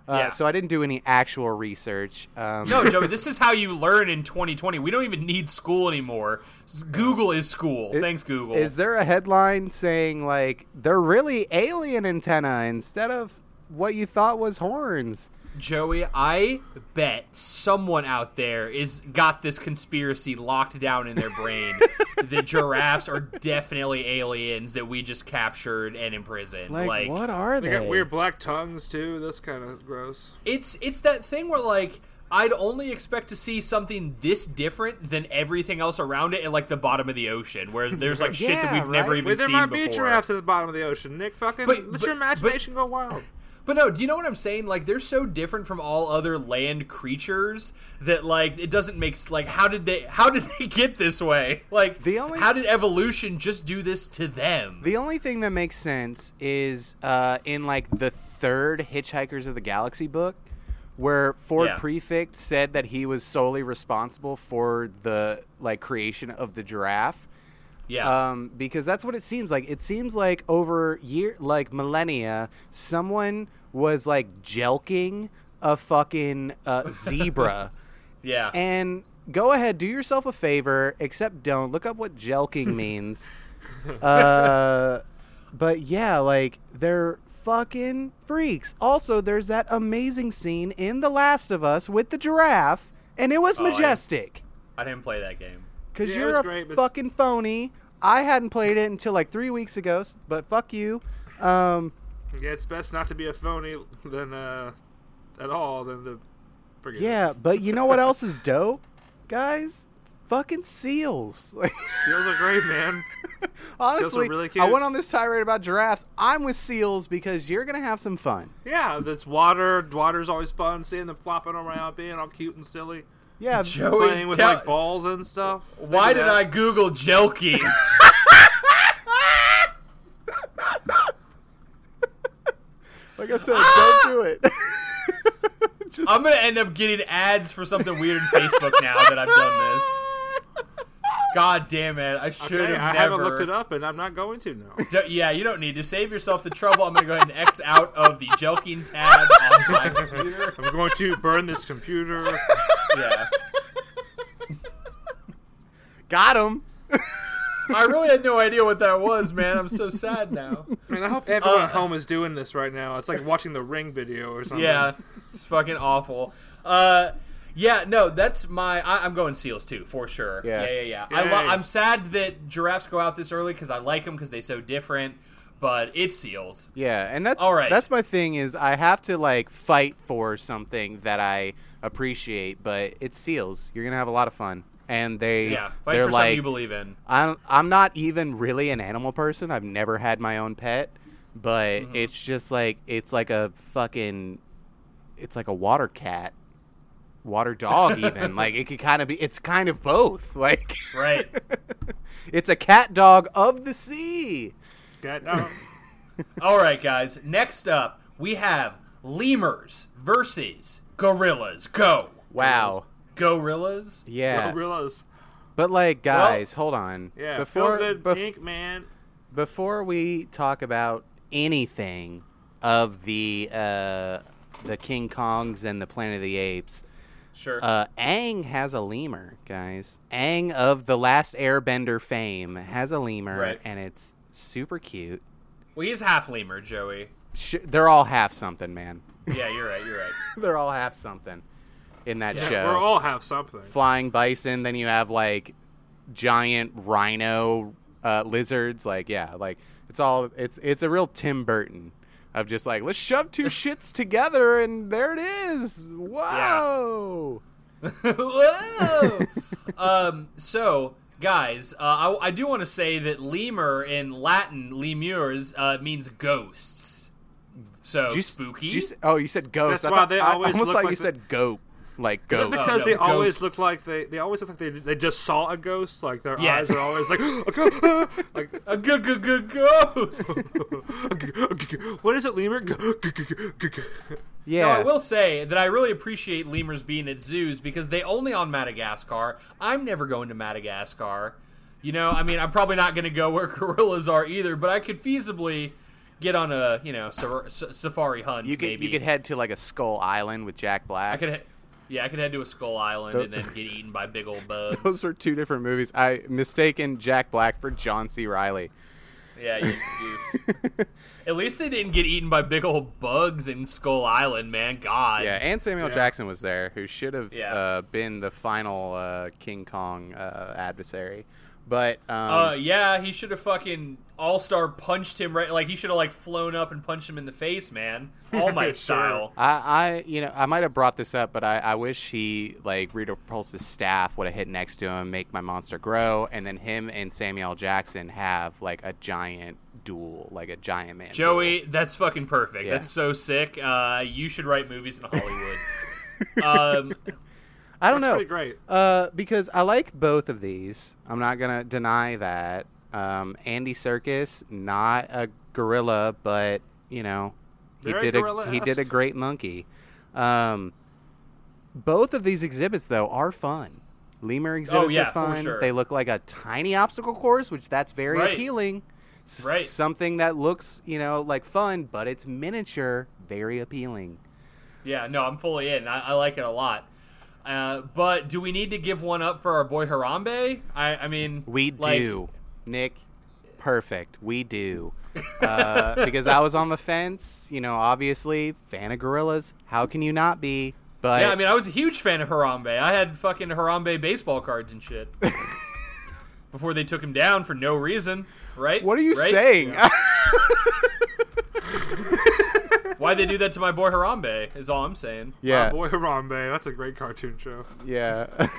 C: Uh,
A: Yeah.
C: So I didn't do any actual research. Um,
A: No, Joey, this is how you learn in 2020. We don't even need school anymore. S- Google is school. Thanks, Google.
C: Is there a headline saying like they're really alien antenna instead of what you thought was horns?
A: Joey, I bet someone out there is got this conspiracy locked down in their brain that giraffes are definitely aliens that we just captured and imprisoned.
C: Like,
A: Like,
C: what are they?
B: They got weird black tongues too. That's kind of gross.
A: it's it's that thing where like I'd only expect to see something this different than everything else around it at like the bottom of the ocean where there's like shit that
C: Yeah,
A: we've never
C: right?
A: even
B: Wait, there
A: seen
B: might
A: before.
B: be giraffes at the bottom of the ocean. Nick, fucking
A: But-
B: let
A: but-
B: your imagination go wild.
A: But no, do you know what I'm saying? Like they're so different from all other land creatures that like it doesn't make s- like how did they how did they get this way? Like
C: The only-
A: how did evolution just do this to them?
C: The only thing that makes sense is uh, in like the third Hitchhikers of the Galaxy book, where Ford
A: Yeah.
C: Prefect said that he was solely responsible for the like creation of the giraffe.
A: yeah.
C: Um, because that's what it seems like. It seems like over year, like millennia, someone was like jelking a fucking uh, zebra.
A: yeah.
C: and go ahead, do yourself a favor, except don't look up what jelking means. uh, but yeah, like they're fucking freaks. Also, there's that amazing scene in The Last of Us with the giraffe, and it was
A: yeah.
C: majestic.
A: I didn't play that game.
C: Because
B: Oh, Yeah, it
C: you're
B: was
C: a
B: great, but it's-
C: fucking phony. I hadn't played it until like three weeks ago, s- but fuck you. Um,
B: Yeah, it's best not to be a phony than uh, at all than the. Forget it.
C: yeah, but you know what else is dope, guys? Fucking seals. Like,
B: seals are great, man.
C: honestly,
B: really
C: I
B: cute.
C: went on this tirade about giraffes. I'm with seals because you're gonna have some fun.
B: Yeah, this water. Water's always fun. Seeing them flopping around, being all cute and silly,
C: Yeah,
A: Joey,
B: playing with
A: tell-
B: like balls and stuff.
A: why
B: They
A: did
B: do
A: I
B: that.
A: Google jelky?
C: like I said, don't do it. Just
A: I'm gonna end up getting ads for something weird in Facebook now that I've done this. God damn it! I should
B: Hey,
A: have.
B: I
A: never...
B: haven't looked it up, and I'm not going to now.
A: Do- yeah, you don't need to save yourself the trouble. I'm gonna go ahead and X out of the joking tab on my computer.
B: I'm going to burn this computer.
A: Yeah,
C: Got him.
A: I really had no idea what that was, man. I'm so sad now.
B: Man, I
A: Uh,
B: hope everyone at home is doing this right now. It's like watching the Ring video or something.
A: Yeah, it's fucking awful. Uh, yeah, no, that's my. I, I'm going seals too for sure.
C: Yeah.
A: yeah, yeah. yeah. I
B: Yay.
A: lo- I'm sad that giraffes go out this early because I like them because they're so different. But it's seals.
C: Yeah, and that's
A: All right.
C: That's my thing is I have to like fight for something that I appreciate, but it's seals. You're gonna have a lot of fun, and they
A: Yeah, fight
C: they're
A: for something
C: like
A: you believe in.
C: I'm I'm not even really an animal person. I've never had my own pet, but
B: Mm-hmm.
C: it's just like it's like a fucking it's like a water cat, water dog even. like it could kind of be it's kind of both. Like
A: Right.
C: it's a cat dog of the sea.
B: Get out.
A: All right, guys. Next up, we have lemurs versus gorillas. Go.
C: Wow.
A: Gorillas?
C: Yeah.
B: Gorillas.
C: But like guys, hold on.
B: Yeah.
C: Before
B: feel good,
C: bef-
B: Pink man.
C: before we talk about anything of the uh the King Kongs and the Planet of the Apes,
A: Sure.
C: Uh, Aang has a lemur, guys. Aang of the Last Airbender fame has a lemur,
A: Right.
C: and it's super cute.
A: well, he's half lemur, Joey.
C: Sh- they're all half something, man.
A: Yeah, you're right. You're right.
C: they're all half something in that
A: Yeah,
C: show.
B: We're all have something.
C: Flying bison, then you have like giant rhino uh, lizards. Like, yeah, like it's all it's it's a real Tim Burton of just like let's shove two shits together, and there it is. Whoa.
A: Whoa! um, so, guys, uh, I, I do want to say that lemur in Latin, lemurs, uh, means ghosts. So
C: Did you s-
A: spooky.
C: did you s- oh, you said ghost.
B: That's
C: I
B: why
C: thought,
B: they
C: I
B: always
C: almost
B: look
C: like,
B: like
C: you
B: the-
C: said goat, like
B: Is it
C: goat.
B: because
A: no,
B: they always
A: Oh, ghosts.
B: look like they, they always look like they, they just saw a ghost? Like their
A: Yes.
B: eyes are always like, a ghost. like
A: a g- g- g- ghost.
B: what is it, lemur?
C: yeah,
A: Now, I will say that I really appreciate lemurs being at zoos because they only on Madagascar. I'm never going to Madagascar. You know, I mean, I'm probably not going to go where gorillas are either, but I could feasibly get on a, you know, sa- sa- safari hunt
C: you could
A: maybe.
C: you could head to like a Skull Island with Jack Black.
A: I could, he- yeah, I could head to a Skull Island and then get eaten by big old
C: Those
A: bugs.
C: are two different movies. I mistaken Jack Black for John C. Riley.
A: yeah, you goofed. At least they didn't get eaten by big old bugs in Skull Island, man. God.
C: Yeah, and Samuel
B: Yeah.
C: Jackson was there, who should have
A: Yeah.
C: uh, been the final uh, King Kong uh, adversary. But um,
A: Uh, yeah, he should have fucking all star punched him right. Like he should have like flown up and punched him in the face, man. All
B: Sure.
A: Might style.
C: I, I, you know, I might have brought this up, but I, I wish he, like, Rita Repulse's staff would have hit next to him, make my monster grow, and then him and Samuel L. Jackson have like a giant duel, like a giant man.
A: Joey, that's fucking perfect.
C: Yeah.
A: That's so sick. Uh, you should write movies in Hollywood. um,
C: duel. I don't
B: That's
C: know,
B: pretty great.
C: Uh, because I like both of these. I'm not gonna deny that. Um, Andy Circus, not a gorilla, but you know, he
B: Very
C: did a he
B: gorilla-esque.
C: did a great monkey. Um, both of these exhibits though are fun. Lemur exhibits
A: Oh, yeah,
C: are
A: for
C: fun.
A: sure.
C: They look like a tiny obstacle course, which that's very
A: Right.
C: appealing. S-
A: Right.
C: Something that looks, you know, like fun, but it's miniature, very appealing.
A: yeah, no, I'm fully in. I, I like it a lot. Uh, but do we need to give one up for our boy Harambe? I, I mean,
C: We
A: like-
C: do, Nick. Perfect. We do. Uh, because I was on the fence, you know, obviously, fan of gorillas. How can you not be? But
A: Yeah, I mean, I was a huge fan of Harambe. I had fucking Harambe baseball cards and shit. Before they took him down for no reason, right?
C: what are you
A: Right?
C: saying?
A: Why they do that to my boy Harambe is all I'm saying.
B: Yeah.
C: yeah.
B: boy Harambe. That's a great cartoon show.
C: yeah.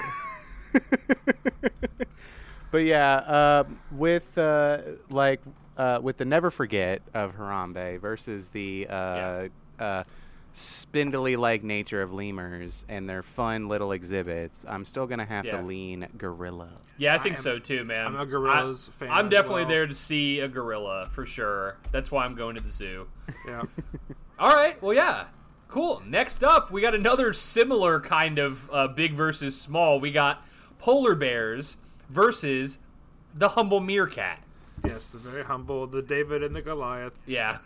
C: but yeah, uh, with uh, like uh, with the never forget of Harambe versus the uh, uh, spindly like nature of lemurs and their fun little exhibits, I'm still gonna have
A: Yeah.
C: to lean gorilla.
A: Yeah, I think
B: am-
A: so too, man.
B: I'm a gorillas fan
A: I'm
B: as
A: definitely
B: well.
A: there to see a gorilla for sure. That's why I'm going to the zoo.
B: Yeah.
A: All right. Well, yeah. Cool. Next up, we got another similar kind of uh, big versus small. We got polar bears versus the humble meerkat.
B: yes, the very humble, the David and the Goliath.
A: Yeah.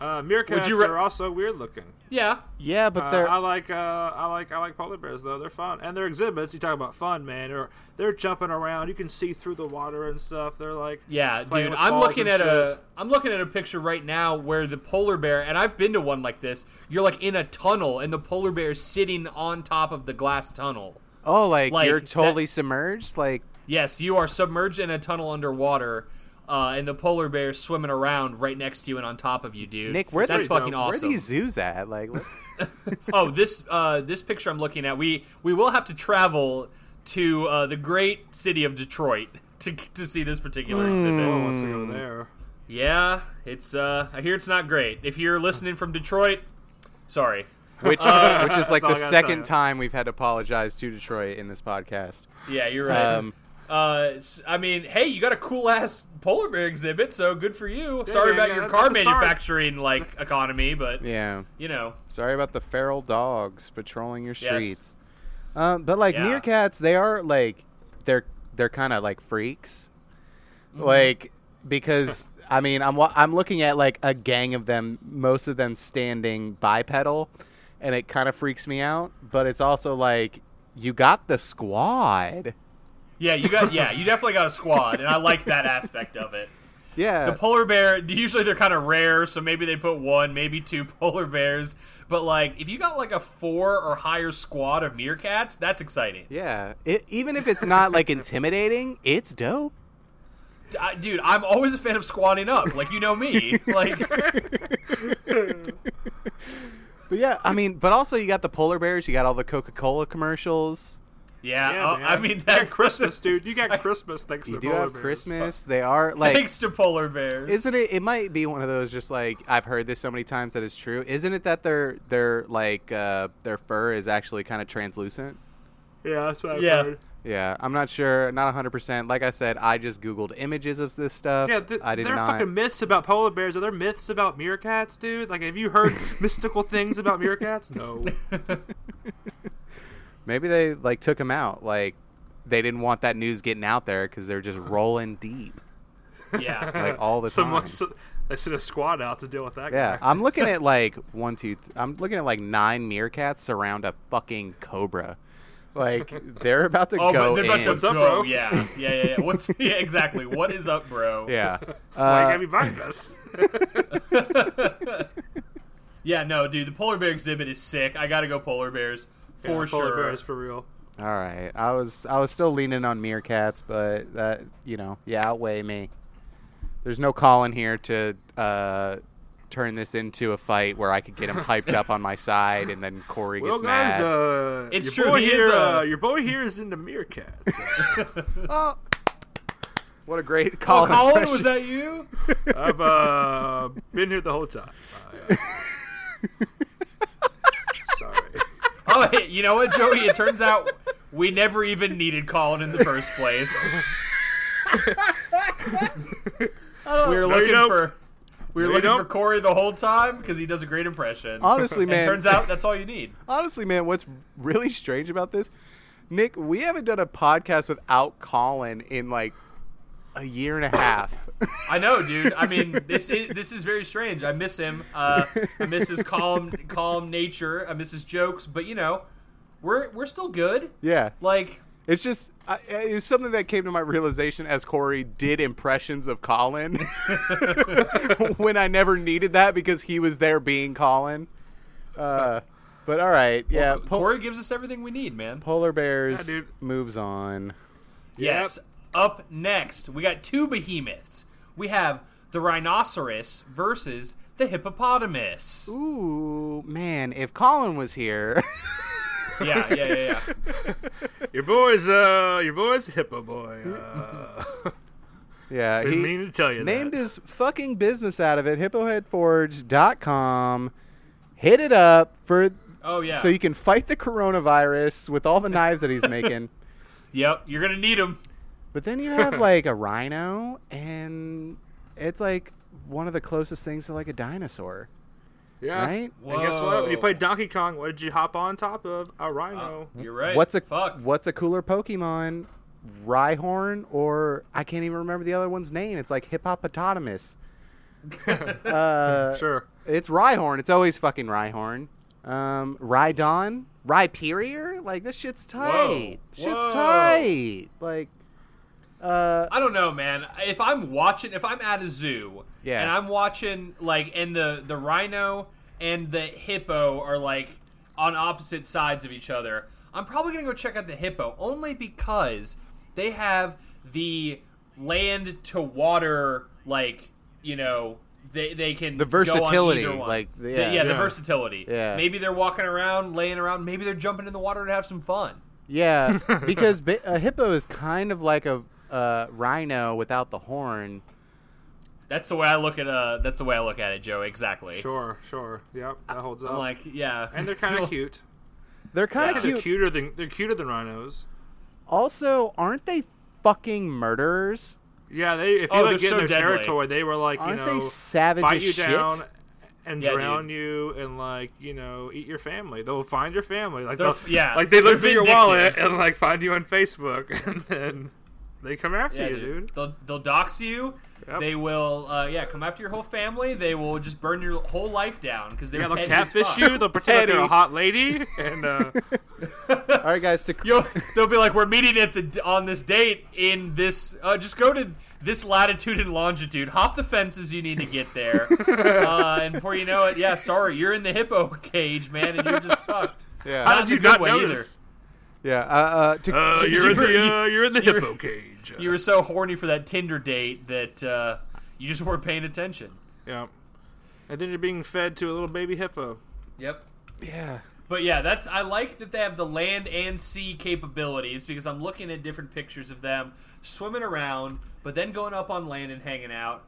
B: Uh, meerkats
A: you re-
B: are also weird looking.
A: Yeah.
D: Yeah, but
B: Uh,
D: they're
B: I like uh, I like I like polar bears though. They're fun, and their exhibits. You talk about fun, man. Or they're jumping around. You can see through the water and stuff. They're like
A: Yeah,
B: playing
A: dude,
B: with
A: I'm
B: balls
A: looking at
B: and
A: a
B: shit.
A: I'm looking at a picture right now where the polar bear and I've been to one like this. You're like in a tunnel and the polar bear is sitting on top of the glass tunnel.
C: Oh, like,
A: Like,
C: you're
A: that-
C: totally submerged. Like
A: Yes, you are submerged in a tunnel underwater. Uh, and the polar bear is swimming around right next to you and on top of you, dude.
C: Nick, where
A: that's
C: these-
A: fucking
B: where
C: where are
A: awesome.
C: these zoos at? Like, what-
A: oh, this uh, this picture I'm looking at, we we will have to travel to uh, the great city of Detroit to to see this particular exhibit.
B: No one
C: Hmm.
B: wants to go there.
A: Yeah, it's. Uh, I hear it's not great. If you're listening from Detroit, sorry.
C: which
A: Uh,
C: which is like
B: all I
C: the
B: gotta
C: second
B: tell
C: time we've had to apologize to Detroit in this podcast.
A: Yeah, you're right.
C: Um,
A: uh, s- I mean, hey, you got a cool ass polar bear exhibit, so good for you. sorry
B: yeah,
A: about
B: yeah,
A: your
B: that's
A: car
B: a start.
A: manufacturing like economy, but
C: Yeah,
A: you know,
C: sorry about the feral dogs patrolling your
A: Yes.
C: streets. Um, but like
A: Yeah.
C: meerkats, they are like they're they're kind of like freaks,
A: Mm-hmm.
C: like because I mean I'm wa- I'm looking at like a gang of them, most of them standing bipedal, and it kind of freaks me out. But it's also like you got the squad.
A: yeah, you got yeah, you definitely got a squad, and I like that aspect of it.
C: Yeah,
A: The polar bear, usually they're kind of rare, so maybe they put one, maybe two polar bears. But like, if you got like a four or higher squad of meerkats, that's exciting.
C: Yeah, it, even if it's not like intimidating, it's dope.
A: I, dude, I'm always a fan of squatting up. Like you know me. like
C: But yeah, I mean, but also you got the polar bears, you got all the Coca Cola commercials.
A: yeah,
B: Yeah,
A: uh,
B: man.
A: I mean
B: You got
A: that's
B: Christmas, dude. You got Christmas thanks
C: You
B: to
C: do
B: polar
C: have
B: bears.
C: Christmas. They are like,
A: thanks to polar bears.
C: isn't it? It might be one of those just like I've heard this so many times that it's true. Isn't it that their their like uh, their fur is actually kind of translucent?
B: Yeah, that's what I've
A: Yeah.
B: heard.
C: Yeah, I'm not sure, not 100. percent Like I said, I just googled images of this stuff.
B: Yeah, th-
C: I did
B: there are
C: not.
B: fucking myths about polar bears. Are there myths about meerkats, dude? Like, have you heard mystical things about meerkats? No.
C: Maybe they like took them out. Like they didn't want that news getting out there because they're just rolling deep.
A: Yeah.
C: like all the
B: Someone
C: time.
B: s- they sent a squad out to deal with that.
C: yeah,
B: guy.
C: I'm looking at like one, two. Th- I'm looking at like nine meerkats surround a fucking cobra. Like they're about to
A: Oh,
C: go
A: but they're about
C: in.
A: to go.
B: up, bro?
A: Yeah, yeah, yeah, yeah. What's yeah, exactly? What is up, bro?
C: yeah,
B: like,
C: Uh,
B: have you find this?
A: Yeah, no, dude. The polar bear exhibit is sick. I gotta go polar bears
B: Yeah,
A: for
B: Polar
A: sure.
B: bears for real.
C: all right. I was I was still leaning on meerkats, but that you know, yeah, outweigh me. There's no calling here to uh, turn this into a fight where I could get him hyped up on my side, and then Corey
B: Well,
C: gets
B: guys,
C: mad.
B: uh,
A: It's
B: your
A: true,
B: Boy
A: he is,
B: here,
A: uh,
B: uh, your boy here is into meerkats.
C: oh, what a great call!
A: Oh, Colin,
C: impression.
A: was that you?
B: I've uh, been here the whole time. I, uh, sorry.
A: Oh, hey, you know what, Joey? It turns out we never even needed Colin in the first place. we were
B: No, you
A: looking
B: don't.
A: for we were
B: you
A: looking for
B: don't.
A: Corey the whole time because he does a great impression.
C: Honestly,
A: and
C: man,
A: turns out that's all you need.
C: Honestly, man, what's really strange about this, Nick, we haven't done a podcast without Colin in like a year and a half.
A: I know, dude. I mean, this is this is very strange. I miss him. Uh, I miss his calm calm nature. I miss his jokes. But you know, we're we're still good.
C: yeah.
A: Like,
C: It's just, I, it was something that came to my realization as Corey did impressions of Colin when I never needed that because he was there being Colin. Uh, but all right. Yeah.
A: Co-
C: po-
A: Corey gives us everything we need, man.
C: polar Bears
B: Yeah, dude.
C: moves on.
A: Yes. Up next, we got two behemoths. We have the rhinoceros versus the hippopotamus.
C: Ooh, man. If Colin was here.
A: Yeah, yeah, yeah, yeah.
B: Your boy's uh, your boy's a hippo boy. Uh,
C: yeah.
B: didn't
C: he-
B: mean to tell you
C: named
B: that.
C: his fucking business out of it, hippoheadforge.com. Hit it up for
A: Oh yeah.
C: so you can fight the coronavirus with all the knives that he's making.
A: yep, you're gonna need him.
C: But then you have like a rhino and it's like one of the closest things to like a dinosaur,
A: Ah,
B: yeah.
C: right?
B: And guess what? When you played Donkey Kong, what did you hop on top of? A rhino.
C: Uh,
A: You're right.
C: What's a
A: fuck?
C: what's a cooler Pokemon? Rhyhorn or I can't even remember the other one's name. It's like hippopotamus. Uh,
B: Sure.
C: It's Rhyhorn. It's always fucking Rhyhorn. Um, Rhydon? Rhyperior? Like, this shit's tight. Shit's
A: Whoa.
C: tight. Like, uh,
A: I don't know, man. If I'm watching, if I'm at a zoo,
C: Yeah.
A: and I'm watching like, and the the rhino and the hippo are like on opposite sides of each other, I'm probably gonna go check out the hippo only because they have the land to water, like you know, they they can the
C: versatility,
A: go on either one.
C: like,
A: The-
C: yeah.
A: the
B: Yeah.
A: versatility.
C: Yeah.
A: maybe they're walking around, laying around. Maybe they're jumping in the water to have some fun.
C: yeah. because bi- a hippo is kind of like a uh, rhino without the horn.
A: That's the way I look at uh. That's the way I look at it, Joe. Exactly.
B: Sure. Sure. Yep. That holds up.
A: I'm like, yeah.
B: and they're kind of cute.
C: They're kind
B: Actually, They're
C: of cute.
B: cuter than they're cuter than rhinos.
C: Also, aren't they fucking murderers?
B: Yeah, they if you
A: Oh, they're
B: like get
A: so
B: in their
A: deadly.
B: territory, they were like
C: Aren't
B: you
C: they
B: know
C: savage
B: bite
C: as
B: you
C: shit?
B: down and
A: Yeah,
B: drown
A: dude.
B: you and like you know eat your family. They'll find your family. Like
A: They're
B: they'll,
A: f- yeah,
B: like they
A: they're
B: look through your wallet
A: vindictive.
B: and like find you on Facebook and then they come after
A: Yeah,
B: you,
A: dude.
B: dude.
A: They'll they'll dox you.
B: Yep.
A: They will, uh, yeah, come after your whole family. They will just burn your whole life down because they're
B: Yeah, they'll
A: petty as
B: catfish
A: fuck.
B: you. They'll pretend like they're a
C: Petty.
B: hot lady and uh,
C: All right, guys. To
A: You'll- they'll be like, "We're meeting at the on this date in this. Uh, just go to this latitude and longitude. Hop the fences you need to get there, uh, and before you know it, yeah, sorry, you're in the hippo cage, man, and you're just fucked.
C: Yeah.
A: Not
B: how
A: in
B: did
A: a
B: you
A: good
B: not
A: way
B: notice?
C: yeah, uh, uh, to,
B: Uh,
C: to-
B: you're in
A: You-
B: the uh, you're in the
A: you were-
B: hippo cage.
A: either. You were so horny for that Tinder date that uh, you just weren't paying attention.
B: yeah, and then you're being fed to a little baby hippo.
A: Yep.
C: yeah.
A: But yeah, that's I like that they have the land and sea capabilities because I'm looking at different pictures of them swimming around, but then going up on land and hanging out.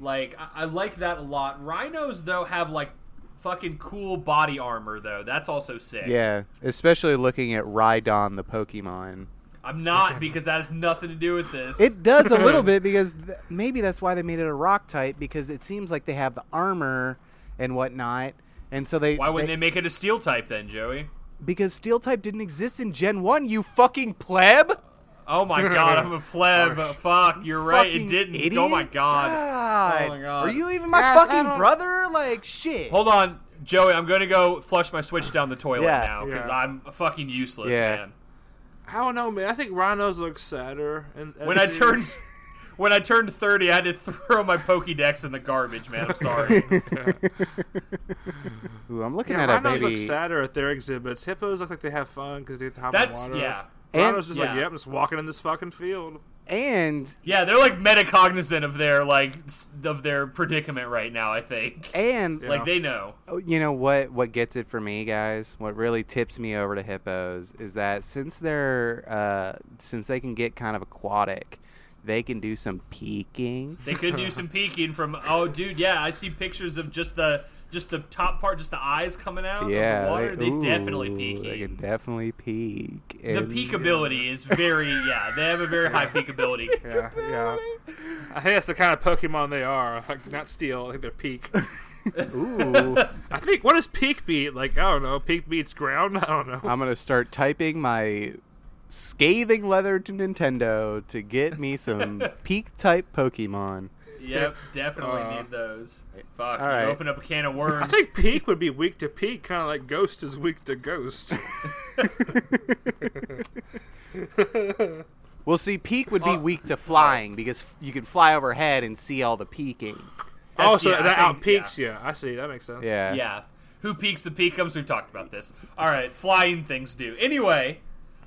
A: Like I, I like that a lot. Rhinos though have like fucking cool body armor though. That's also sick.
C: Yeah, especially looking at Rhydon, the Pokemon.
A: I'm not because that has nothing to do with this.
C: It does a little bit because th- maybe that's why they made it a rock type because it seems like they have the armor and whatnot, and so they.
A: Why wouldn't they make it a steel type then, Joey?
C: Because steel type didn't exist in Gen One. You fucking pleb.
A: Oh my god, I'm a pleb. Fuck, you're right.
C: Fucking
A: It didn't.
C: Idiot? Ah.
A: Oh my god.
C: God.
A: Oh my God.
C: Are you even my
B: Guys, I
C: fucking
B: don't-
C: brother? Like shit.
A: Hold on, Joey. I'm gonna go flush my switch down the toilet
C: Yeah.
A: now because
B: Yeah.
A: I'm fucking useless,
C: Yeah.
A: man.
B: I don't know, man. I think rhinos look sadder. And, and
A: when I
B: these-
A: turned when I turned thirty, I had to throw my Pokédex in the garbage, man. I'm sorry.
C: Ooh, I'm looking
B: yeah,
C: at a
B: rhinos
C: baby.
B: look sadder at their exhibits. Hippos look like they have fun because they get to hop
A: That's
B: in water.
A: yeah,
B: Rhinos just
A: yeah.
B: like, yep, just walking in this fucking field.
C: And
A: yeah. They're like metacognizant of their like s- of their predicament right now. I think
C: and
B: Yeah.
A: like they know.
C: Oh, you know what what gets it for me guys what really tips me over to hippos is that since they're uh, since they can get kind of aquatic they can do some peeking
A: They could do some peeking from. Oh, dude, yeah. I see pictures of just the just the top part, just the eyes coming out.
C: yeah
A: of the water. They,
C: ooh,
A: definitely
C: they
A: peeking.
C: can definitely peek
A: the
C: and-
A: peekability is very yeah. They have a very high peekability.
B: Yeah, yeah. I think that's the kind of Pokemon they are. Like, not steel. I think they're peak.
C: ooh
B: I think what does peak beat? Like I don't know. Peak beats ground. I don't know.
C: i'm gonna start typing my scathing leather to nintendo to get me some peak type pokemon
A: Yep, definitely
B: Uh,
A: need those. Fuck,
C: all
A: you
C: right.
A: open up a can of worms.
B: I think peak would be weak to peak, kind of like ghost is weak to ghost.
C: well see peak would be weak to flying because f- you can fly overhead and see all the peeking
A: That's-
B: also,
A: yeah, I
B: that
A: think-
B: out peaks. Yeah. I see. That makes sense.
A: Yeah. Yeah. Who peaks the peakums? We've talked about this. All right, flying things do. Anyway,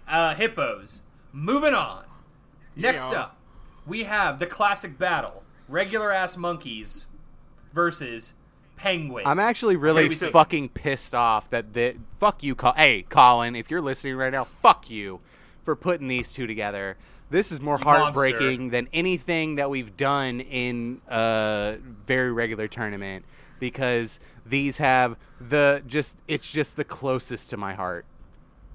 A: uh, hippos. Moving on. Next
B: Yeah.
A: up, we have the classic battle: regular ass monkeys versus penguins.
C: I'm actually really
A: Maybe so.
C: fucking pissed off that the fuck you, Col- hey Colin, if you're listening right now, fuck you for putting these two together. This is more heartbreaking than anything that we've done in a very regular tournament because these have the just it's just the closest to my heart.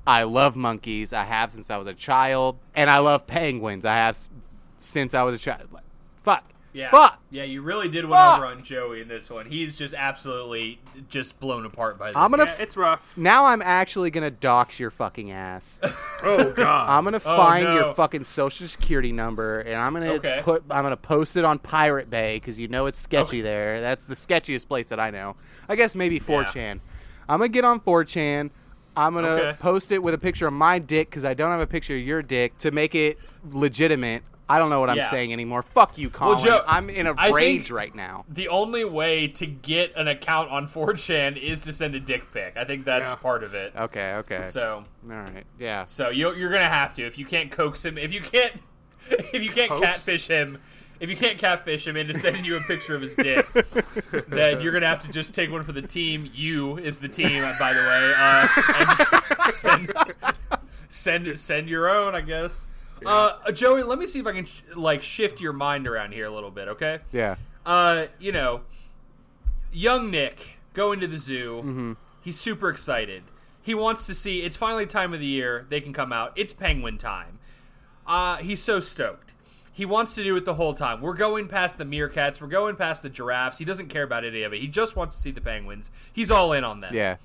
C: I love monkeys. I have since I was a child, and I love penguins. I have s- since I was a child. Fuck,
A: Yeah.
C: Fuck.
A: Yeah, you really did win
C: Fuck.
A: over on Joey in this one. He's just absolutely just blown apart by this.
C: I'm gonna
B: Yeah, it's rough.
C: Now I'm actually gonna dox your fucking ass.
B: Oh god.
C: I'm gonna find
A: no.
C: your fucking social security number, and I'm gonna
A: Okay.
C: put I'm gonna post it on Pirate Bay because you know it's sketchy there. That's the sketchiest place that I know. I guess maybe 4chan. I'm gonna get on 4chan. I'm gonna
A: Okay.
C: post it with a picture of my dick because I don't have a picture of your dick to make it legitimate. I don't know what I'm
A: Yeah.
C: saying anymore. Fuck you, Colin.
A: Joe,
C: I'm in a
A: I think-
C: rage right now.
A: the only way to get an account on 4chan is to send a dick pic. I think that's
B: Yeah.
A: part of it.
C: Okay, okay.
A: So,
C: All right, yeah.
A: so you, you're gonna have to if you can't coax him, if you can't, if you can't
B: Coax?
A: catfish him, if you can't catfish him into sending you a picture of his dick, then you're gonna have to just take one for the team. You is the team, by the way, uh, and just send, send send your own, I guess. Uh, Joey, let me see if I can sh- like shift your mind around here a little bit, okay?
C: Yeah.
A: uh, you know, young Nick going to the zoo. He's super excited. He wants to see. It's finally time of the year they can come out. It's penguin time. Uh, he's so stoked. He wants to do it the whole time. We're going past the meerkats. We're going past the giraffes. He doesn't care about any of it. He just wants to see the penguins. He's all in on them
C: Yeah.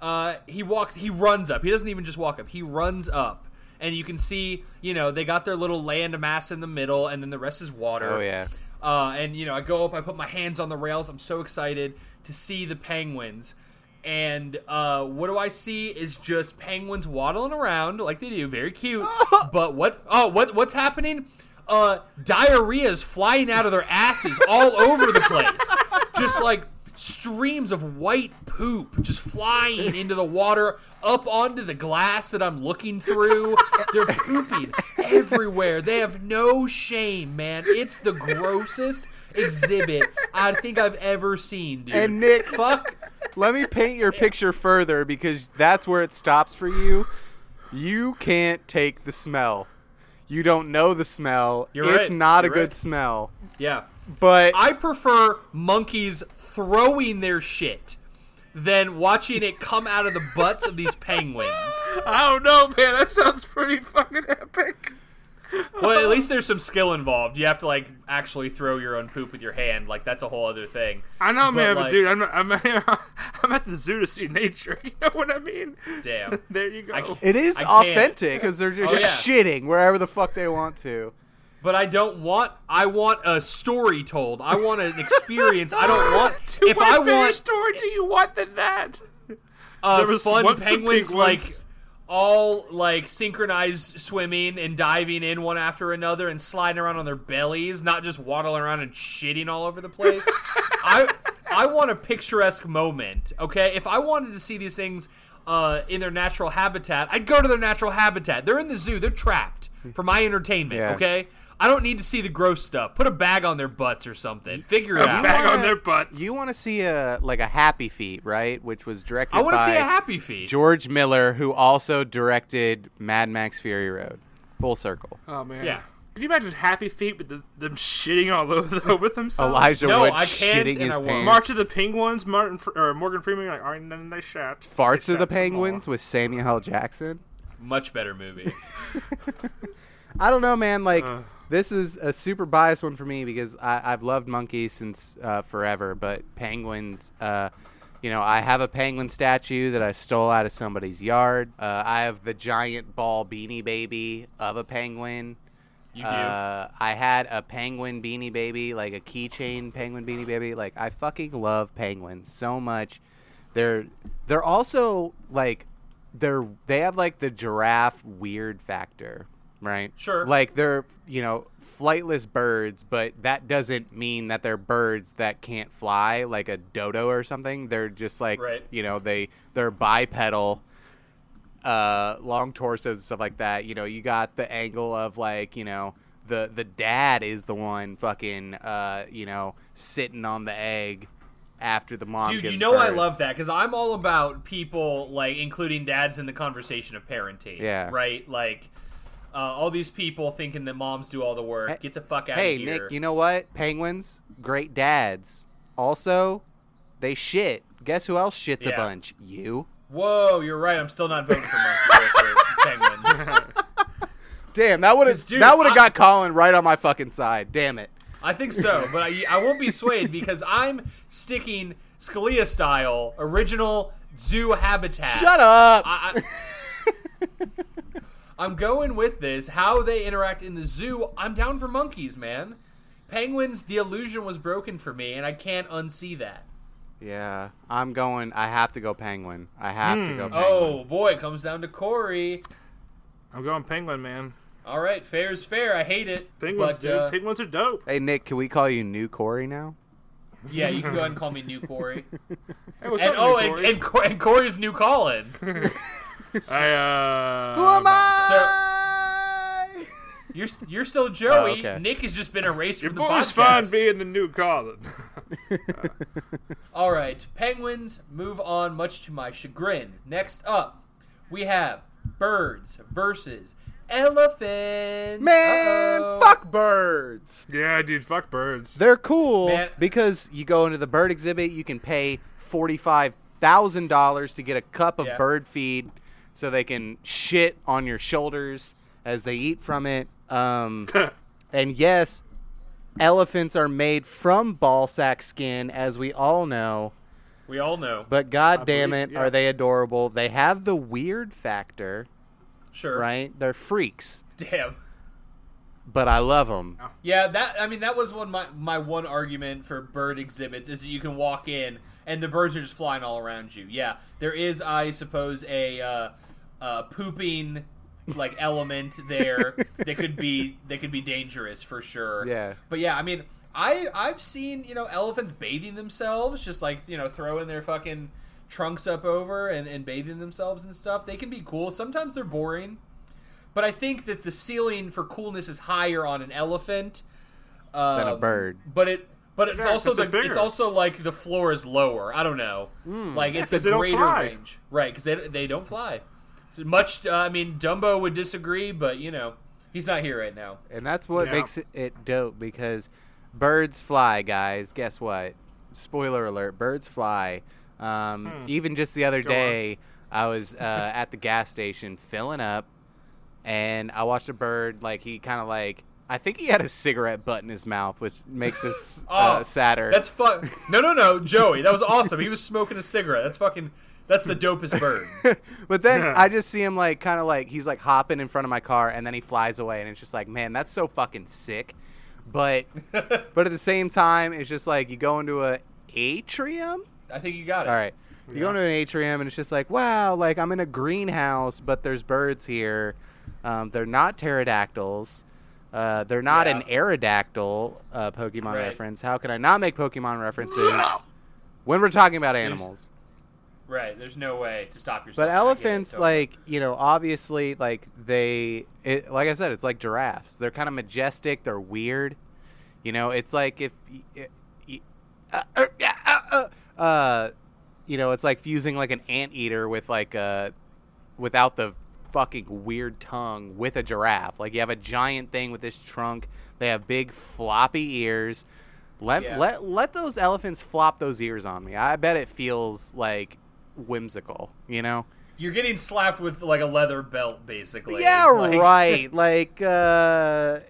A: uh, he walks he runs up he doesn't even just walk up he runs up and you can see you know they got their little land mass in the middle and then the rest is water
C: Oh, yeah.
A: uh, and you know i go up i put my hands on the rails i'm so excited to see the penguins and uh, what do i see is just penguins waddling around like they do very cute but what oh what what's happening uh, diarrhea's flying out of their asses all over the place just like streams of white poop just flying into the water up onto the glass that I'm looking through. They're pooping everywhere. They have no shame, man. It's the grossest exhibit I think I've ever seen, dude.
C: And Nick-
A: fuck.
C: Let me paint your picture further because that's where it stops for you. You can't take the smell. You don't know the smell.
A: You're
C: it's
A: right.
C: not
A: You're
C: a good
A: right.
C: smell.
A: Yeah.
C: But
A: I prefer monkeys throwing their shit than watching it come out of the butts of these penguins.
B: I don't know, man. That sounds pretty fucking epic.
A: Well, at least there's some skill involved. You have to like actually throw your own poop with your hand. Like that's a whole other thing.
B: I know, man,
A: like-
B: but dude, I'm I'm I'm at the zoo to see nature. You know what I mean?
A: Damn.
B: There you go.
A: I can't-
C: it is
A: I can't.
C: authentic because they're just
A: Oh, yeah.
C: shitting wherever the fuck they want to.
A: But I don't want. I want a story told. I want an experience. I don't want.
B: Dude,
A: if
B: what
A: I
B: better
A: want
B: story do you want than that? There
A: uh,
B: was
A: fun
B: once a
A: penguins
B: big
A: like
B: ones.
A: all like synchronized swimming and diving in one after another and sliding around on their bellies, not just waddling around and shitting all over the place. I I want a picturesque moment. Okay, if I wanted to see these things uh, in their natural habitat, I'd go to their natural habitat. They're in the zoo. They're trapped for my entertainment.
C: Yeah.
A: Okay. I don't need to see the gross stuff. Put a bag on their butts or something. Figure it out.
B: bag on
C: wanna-
B: their butts.
C: You want to see a like a happy feet, right? Which was directed.
A: I want to
C: by
A: see a happy feet.
C: George Miller, who also directed Mad Max Fury Road. Full circle.
B: Oh man.
A: Yeah.
B: Can you imagine Happy Feet with the, them shitting all over, over themselves?
C: Elijah
A: No,
C: Wood
A: I can't
C: shitting
A: and
C: his
A: I won't.
C: pants.
B: March of the Penguins, Martin Fr- or Morgan Freeman, like, alright, none of that shit.
C: Farts of the
B: Except some
C: Penguins with Samuel L. Jackson.
A: Much better movie.
C: I don't know, man. Like this is a super biased one for me because I, I've loved monkeys since uh, forever, but penguins. Uh, you know, I have a penguin statue that I stole out of somebody's yard. Uh, I have the giant ball beanie baby of a penguin.
A: You do.
C: Uh, I had a penguin beanie baby, like a keychain penguin beanie baby. Like I fucking love penguins so much. They're they're also like they're they have like the giraffe weird factor, right?
A: Sure.
C: Like they're you know flightless birds, but that doesn't mean that they're birds that can't fly, like a dodo or something. They're just like
A: Right.
C: you know they they're bipedal uh, long torsos and stuff like that. You know, you got the angle of like, you know, the the dad is the one fucking, uh, you know, sitting on the egg after the mom.
A: Dude, you
C: gives
A: know I
C: birth.
A: love that because I'm all about people like including dads in the conversation of parenting.
C: Yeah.
A: right. Like uh, all these people thinking that moms do all the work.
C: Hey-
A: Get the fuck out
C: Hey
A: of here.
C: Nick, you know what? Penguins, great dads. Also, they shit. Guess who else shits
A: Yeah.
C: a bunch? You.
A: Whoa, you're right. I'm still not voting for monkey for penguins.
C: Damn, that would have
A: 'Cause, dude,
C: that would have
A: I-
C: got Colin right on my fucking side. Damn it.
A: I think so, but I, I won't be swayed because I'm sticking Scalia style, original zoo habitat.
C: Shut up.
A: I, I- I'm going with this. How they interact in the zoo, I'm down for monkeys, man. Penguins, the illusion was broken for me, and I can't unsee that.
C: yeah, I'm going. I have to go penguin. I have to go penguin.
A: Oh boy, it comes down to Corey.
B: I'm going penguin, man.
A: All right, fair's fair. I hate it,
B: Penguins,
A: but
B: dude.
A: uh,
B: penguins are dope.
C: Hey Nick, can we call you New Corey now?
A: yeah, you can go ahead and call me New Corey.
B: Hey, what's
A: and
B: up,
A: oh,
B: Nick
A: and,
B: Gorey?
A: and, Cor- and Corey's new Colin.
B: I, uh,
C: Who am I?
A: I? You're st- you're still Joey.
C: Oh, okay.
A: Nick has just been erased
B: It
A: from the
B: was
A: podcast.
B: fun being the new Colin.
A: All right, Penguins move on, much to my chagrin. Next up, we have birds versus elephants.
C: Man,
A: Uh-oh.
C: fuck birds.
B: yeah, dude. Fuck birds.
C: They're cool
A: Man.
C: because you go into the bird exhibit, you can pay forty-five thousand dollars to get a cup of
A: Yeah.
C: bird feed, so they can shit on your shoulders as they eat from it. Um, and yes, elephants are made from ball sack skin, as we all know.
A: We all know.
C: But god damn
B: believe-
C: it,
B: yeah.
C: are they adorable? They have the weird factor,
A: sure.
C: right? They're freaks,
A: Damn.
C: but I love them.
A: Yeah, that I mean that was one my my one argument for bird exhibits is that you can walk in and the birds are just flying all around you. Yeah, there is I suppose a uh, uh, pooping like element there that could be that could be dangerous for sure.
C: Yeah.
A: but yeah, I mean I I've seen you know elephants bathing themselves, just like you know throwing their fucking trunks up over and, and bathing themselves and stuff. They can be cool. Sometimes they're boring but I think that the ceiling for coolness is higher on an elephant um,
C: a bird.
A: But it, but it's
B: Yeah,
A: also
B: 'cause they're
A: the,
B: bigger.
A: it's also like the floor is lower. I don't know,
C: Hmm.
A: like it's a
B: 'cause they don't
A: greater
B: fly.
A: range, right? Because they they don't fly. So much, uh, I mean, Dumbo would disagree, but you know, he's not here right now.
C: And that's what
B: Yeah.
C: makes it, it dope because birds fly, guys. Guess what? Spoiler alert: birds fly. Um,
A: Hmm.
C: Even just the other day, I was uh, at the gas station filling up, and I watched a bird. Like he kind of like I think he had a cigarette butt in his mouth, which makes this
A: Oh,
C: uh, sadder.
A: That's fuck. No, no, no, Joey, that was awesome. he was smoking a cigarette. That's fucking. That's the dopest bird.
C: but then I just see him like kind of like he's like hopping in front of my car and then he flies away and it's just like man that's so fucking sick. But but at the same time it's just like you go into a atrium.
A: I think you got it.
C: All right. You go into an atrium and it's just like wow like I'm in a greenhouse but there's birds here. Um, they're not pterodactyls. Uh, they're not
A: Yeah.
C: an aerodactyl uh, Pokemon
A: Right.
C: reference. How can I not make Pokemon references when we're talking about animals?
A: right. There's no way to stop yourself.
C: But
A: I get it,
C: elephants,
A: totally.
C: like you know, obviously, like they, it, like I said, it's like giraffes. They're kind of majestic. They're weird. You know, it's like if, y- y- y- uh, uh, yeah, uh, uh, uh, you know, it's like fusing like an anteater with like a, without the fucking weird tongue with a giraffe. Like you have a giant thing with this trunk. They have big floppy ears. Let
A: Yeah.
C: let let those elephants flop those ears on me. I bet it feels like whimsical. You know.
A: You're getting slapped with like a leather belt, basically.
C: Yeah,
A: Like-
C: right. like, uh, uh,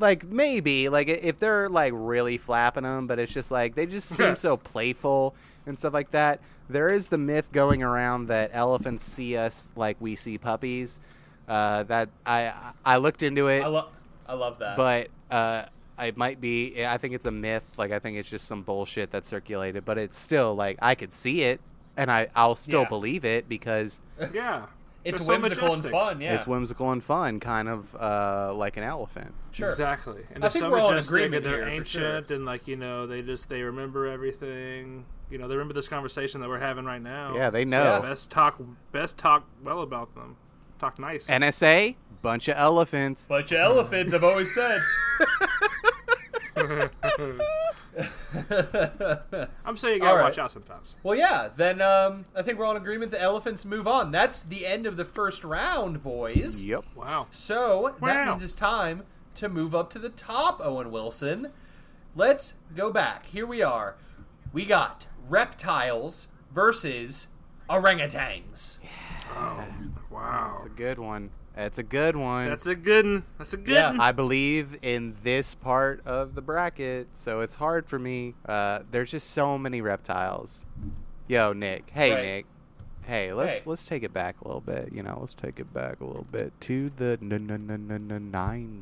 C: like maybe like i- if they're like really flapping them, but it's just like they just seem so playful and stuff like that. There is the myth going around that elephants see us like we see puppies. Uh, that I I I looked into it,
A: I love, I love that.
C: but uh, it might be. I think it's a myth. Like I think it's just some bullshit that's circulated. But it's still like I could see it, and I I'll still
A: Yeah.
C: believe it because
B: yeah.
A: it's
B: They're so
A: whimsical and
B: majestic.
A: fun. Yeah,
C: it's whimsical and fun, kind of uh, like an elephant.
A: sure.
B: Exactly. And
A: I
B: they're
A: think
B: so
A: we're all in
B: majestic
A: agreement
B: and they're
A: here, for sure.
B: ancient and like, you know, they just they remember everything. You know, they remember this conversation that we're having right now.
C: Yeah, they
B: So
C: know.
B: best talk best talk well about them. Talk nice.
C: NSA, bunch of elephants.
A: Bunch of elephants. I've always said.
B: I'm saying you gotta
A: All
B: watch
A: right.
B: out sometimes.
A: Well, yeah. Then um, I think we're all in agreement. The elephants move on. That's the end of the first round, boys.
C: Yep.
B: Wow.
A: So that
B: Wow.
A: means it's time to move up to the top, Owen Wilson. Let's go back. Here we are. We got reptiles versus orangutans.
B: Wow.
C: It's a good one. That's a good one.
B: That's a good one. That's a good
A: Yeah.
B: one.
C: I believe in this part of the bracket, so it's hard for me. Uh, there's just so many reptiles. Yo, Nick. Hey,
A: Right.
C: Nick. Hey, let's
A: Hey.
C: let's take it back a little bit. You know, let's take it back a little bit to the n- n- n- n- n-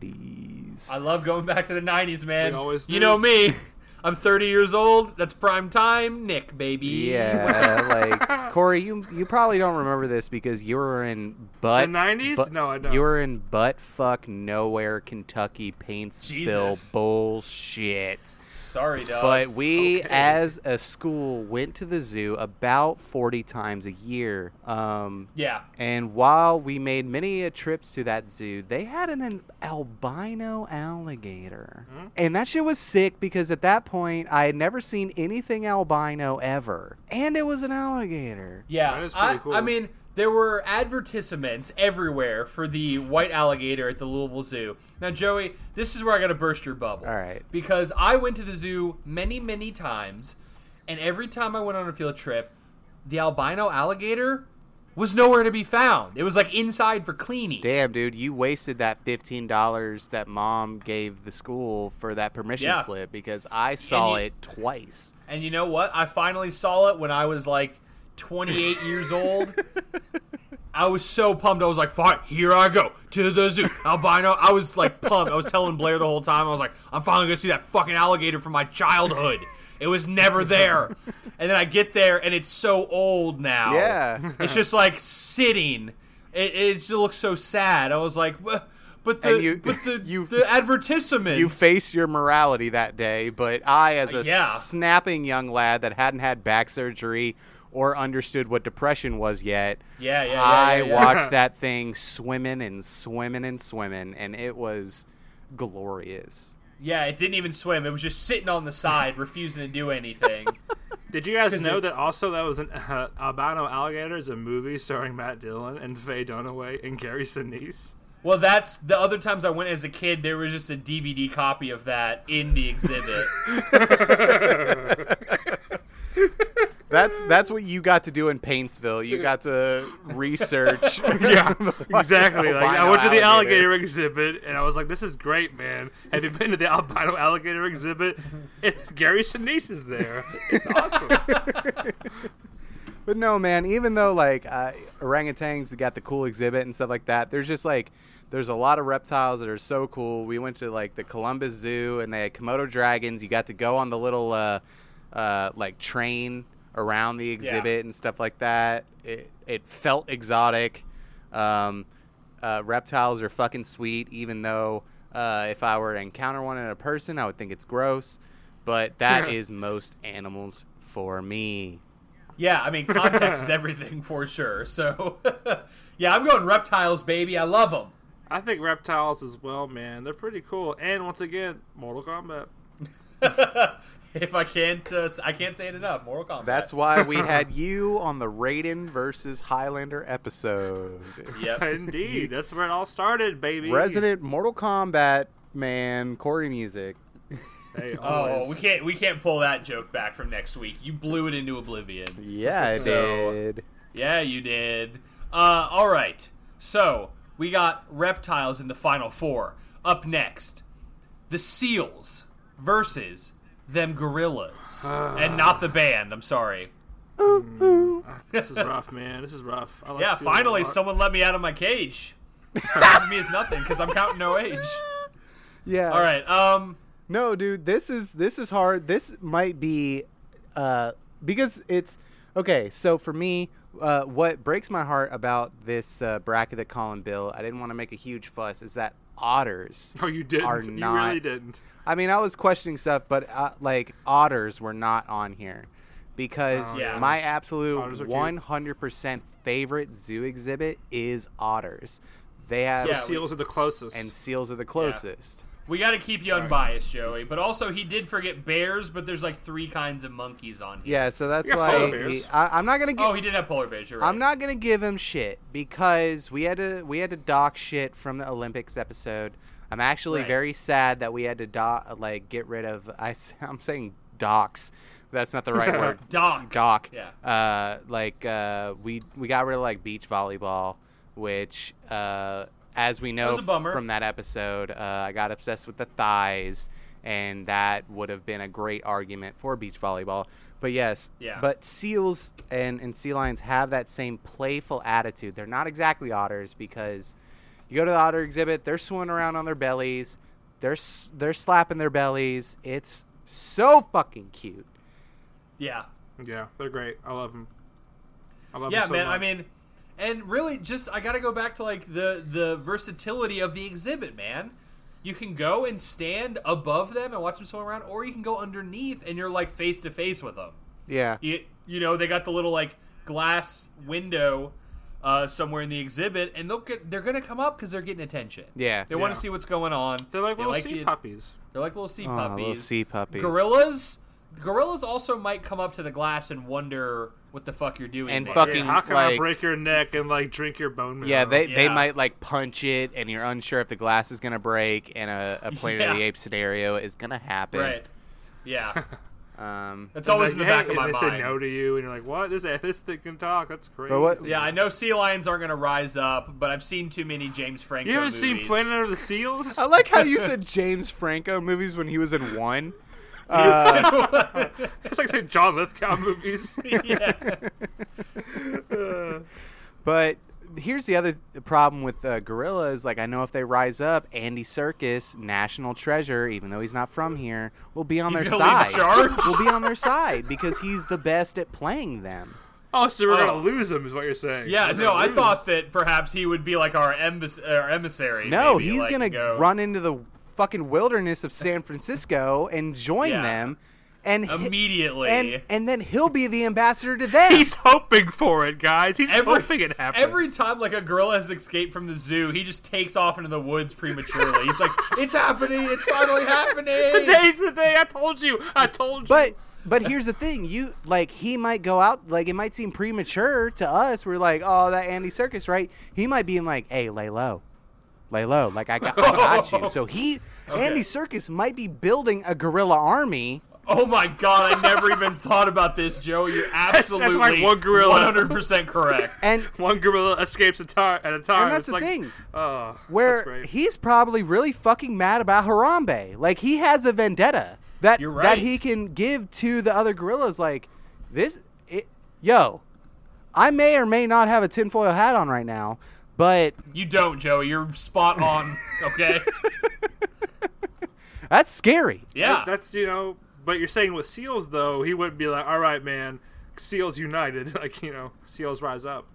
C: 90s.
A: I love going back to the 90s, man.
B: We always
A: you
B: do.
A: know me. I'm 30 years old. That's prime time, Nick, baby.
C: Yeah, like Corey, you you probably don't remember this because you were in butt
B: The 90s?
C: butt-
B: No, I don't.
C: You were in butt fuck nowhere, Kentucky, Paintsville,
A: Jesus.
C: bullshit.
A: Sorry, dog.
C: But we,
B: Oh, okay.
C: as a school, went to the zoo about forty times a year. Um,
A: yeah.
C: and while we made many a trips to that zoo, they had an, an albino alligator. And that shit was sick because at that point, I had never seen anything albino ever. And it was an alligator.
A: Yeah.
B: That is
A: I,
B: pretty cool.
A: I mean, there were advertisements everywhere for the white alligator at the Louisville Zoo. Now, Joey, this is where I got to burst your bubble.
C: All right.
A: Because I went to the zoo many, many times, and every time I went on a field trip, the albino alligator was nowhere to be found. It was like inside for cleaning.
C: Damn, dude, you wasted that $15 that mom gave the school for that permission
A: Yeah.
C: slip because I saw
A: you-
C: it twice.
A: And you know what? I finally saw it when I was like 28 years old. I was so pumped. I was like, fine, here I go to the zoo. Albino. I was like pumped. I was telling Blair the whole time. I was like, I'm finally going to see that fucking alligator from my childhood. It was never there. And then I get there and it's so old now.
C: Yeah.
A: It's just like sitting. It, it just looks so sad. I was like, "Wha- but the,
C: And you-
A: but the,
C: you-
A: the advertisements.
C: you face your morality that day, but I, as a
A: Yeah.
C: snapping young lad that hadn't had back surgery or understood what depression was yet,
A: Yeah, yeah, yeah,
C: I
A: yeah, yeah.
C: watched that thing swimming and swimming and swimming, and it was glorious.
A: Yeah, it didn't even swim. It was just sitting on the side, refusing to do anything.
B: Did you guys
A: 'Cause
B: know
A: it-
B: that also that was an uh, Albino Alligator is a movie starring Matt Dillon and Faye Dunaway and Gary Sinise?
A: well, that's the other times I went as a kid. There was just a DVD copy of that in the exhibit.
C: That's that's what you got to do in Paintsville. You got to research.
B: Yeah, exactly.
C: albino
B: Like Oh, I went to the
C: alligator.
B: alligator. exhibit and I was like, "This is great, man. Have you been to the albino alligator exhibit? And Gary Sinise is there. It's awesome."
C: But no, man. Even though like uh, orangutans got the cool exhibit and stuff like that, there's just like there's a lot of reptiles that are so cool. We went to like the Columbus Zoo and they had Komodo dragons. You got to go on the little uh, uh, like train around the exhibit and stuff like that. It it felt exotic. Um, uh, reptiles are fucking sweet, even though uh, if I were to encounter one in a person, I would think it's gross. But that is most animals for me.
A: yeah, I mean context is everything for sure. So, yeah, I'm going reptiles, baby. I love them.
B: I think reptiles as well, man. They're pretty cool. And once again, Mortal Kombat.
A: if I can't, uh, I can't say it enough. Mortal Kombat.
C: That's why we had you on the Raiden versus Highlander episode.
A: yep.
B: Indeed, that's where it all started, baby.
C: Resident Mortal Kombat man, Corey Music.
B: Hey,
A: Oh, we
B: always.
A: can't we can't pull that joke back from next week. You blew it into oblivion.
C: Yeah, I
A: So-
C: did.
A: Yeah, you did. Uh, all right. So we got reptiles in the final four. Up next, the seals versus them gorillas, and not the band. I'm sorry.
B: this is rough, man. This is rough. I like
A: Yeah,
B: seeing it
A: finally
B: a lot.
A: someone let me out of my cage. Half of me is nothing because I'm counting no age.
C: Yeah.
A: All right. Um.
C: No, dude, this is this is hard. This might be uh because it's okay, so for me, uh what breaks my heart about this uh, bracket that Colin Bill, I didn't want to make a huge fuss, is that otters
B: No, Oh, you didn't.
C: are
B: you
C: not
B: really didn't.
C: I mean, I was questioning stuff, but uh, like otters were not on here because
A: Oh, yeah.
C: my
B: Otters are
C: absolute
B: cute.
C: 100% favorite zoo exhibit is otters. They have
B: So
A: Yeah, we-
B: seals are the closest.
C: and seals are the closest.
A: We got to keep you unbiased, Joey. But also, he did forget bears, but there's like three kinds of monkeys on here.
C: Yeah, so that's
B: got
C: why
B: polar bears.
C: he- I, I'm not gonna. Give,
A: Oh, he did have polar bears. You're right.
C: I'm not gonna give him shit because we had to we had to dock shit from the Olympics episode. I'm actually
A: Right.
C: very sad that we had to dock like get rid of. I, s- I'm saying docks. That's not the right word.
A: Doc.
C: dock.
A: Yeah.
C: Uh, like uh, we we got rid of like beach volleyball, which uh, as we know
A: was a bummer.
C: from that episode, uh, I got obsessed with the thighs, and that would have been a great argument for beach volleyball. But yes,
A: Yeah.
C: but seals and, and sea lions have that same playful attitude. They're not exactly otters because you go to the otter exhibit, they're swimming around on their bellies, they're s- they're slapping their bellies. It's so fucking cute.
A: Yeah.
B: Yeah, they're great. I love them. I love 'em
A: yeah
B: so
A: man i
B: much.
A: mean and really just i gotta go back to like the the versatility of the exhibit man you can go and stand above them and watch them swim around or you can go underneath and you're like face to face with them
C: Yeah,
A: you, you know they got the little like glass window uh, somewhere in the exhibit and they'll get, they're gonna come up because they're getting attention
C: Yeah.
A: they want
B: Yeah.
A: to see what's going on
B: they're like
A: They
B: little sea
A: the-
B: puppies.
A: they're like little sea
C: Aw,
A: puppies
C: Oh, little sea puppies.
A: gorillas gorillas also might come up to the glass and wonder what the fuck you're doing
C: And
A: there.
C: fuck
B: Yeah,
C: Fucking,
B: how can I
C: like-
B: break your neck and like drink your bone marrow?
C: Yeah, they, they
A: Yeah.
C: might like punch it, and you're unsure if the glass is gonna break, and a, a Planet of the
A: Yeah.
C: Apes scenario is gonna happen.
A: Right. Yeah.
C: Um,
A: That's always
B: Like,
A: in the
B: hey,
A: back of
B: and
A: my
B: they
A: mind.
B: say no to you, and you're like, "What? This this thing can talk. That's crazy."
C: what-
A: Yeah, I know sea lions aren't going to rise up, but I've seen too many James Franco
B: you haven't
A: movies.
B: seen Planet of the Seals?
C: I like how you said James Franco movies when he was in one.
B: it's like the John Lithgow movies.
A: yeah.
C: But here's the other problem with uh, gorillas. Like, I know if they rise up, Andy Circus, national treasure, even though he's not from here, will be on
A: He's
C: their
A: gonna lead
C: side.
A: the charge?
C: will be on their side because he's the best at playing them.
B: oh, so we're
A: Oh.
B: gonna lose him, is what you're saying?
A: Yeah,
B: We're
A: no,
B: gonna
A: I
B: lose.
A: thought that perhaps he would be like our, embass- our emissary.
C: No,
A: maybe,
C: he's
A: like,
C: gonna
A: go,
C: run into the fucking wilderness of San Francisco and join
A: Yeah.
C: them, and hi-
A: immediately.
C: and and then he'll be the ambassador to them.
B: He's hoping for it, guys. He's
A: Every,
B: hoping it happens.
A: every time like a gorilla has escaped from the zoo, he just takes off into the woods prematurely. He's like, "It's happening! It's finally happening!"
B: Today's the day. I told you. I told you.
C: but but here's the thing: you like he might go out like it might seem premature to us. We're like, oh, that Andy Circus, right? He might be in like, hey, lay low, lay low. Like I got, I got you. So he Andy Circus might be building a guerrilla army.
A: Oh my god, I never even thought about this, Joey. You're absolutely
B: like one gorilla.
A: 100% correct.
C: And
B: one gorilla escapes a tar- at a time.
C: that's
B: it's
C: the
B: like,
C: thing.
B: Oh, that's
C: where
B: great.
C: he's probably really fucking mad about Harambe. Like he has a vendetta that
A: You're right.
C: that he can give to the other gorillas. Like this, it, yo, I may or may not have a tinfoil hat on right now, but
A: You don't, Joey. You're spot on. Okay.
C: that's scary.
A: Yeah.
B: That's you know. But you're saying with seals though, he wouldn't be like, "All right, man, seals united." Like you know, seals rise up.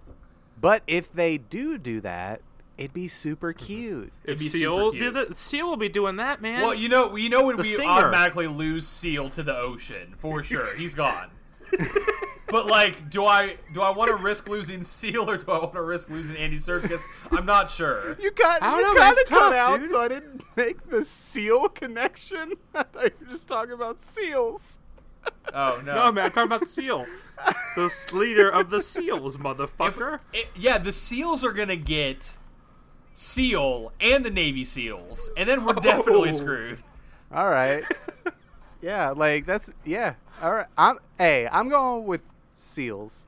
C: But if they do do that, it'd be super cute.
B: If
A: be super
B: seal
A: cute.
B: did it, seal will be doing that, man.
A: well, you know, you know when we
B: singer.
A: automatically lose Seal to the ocean for sure. He's gone. but like, do I do I want to risk losing Seal or do I want to risk losing Andy Serkis? I'm not sure.
C: You got
B: I don't know, man, it's tough, dude.
C: I didn't make the seal connection. I thought you were just talking about seals.
A: Oh no.
B: no, man, I'm talking about the seal, the s- leader of the seals, motherfucker.
A: It- yeah, the Seals are gonna get Seal and the Navy Seals, and then we're definitely
B: Oh.
A: screwed.
C: All right. yeah, like that's yeah. All right. I'm hey, I'm going with seals.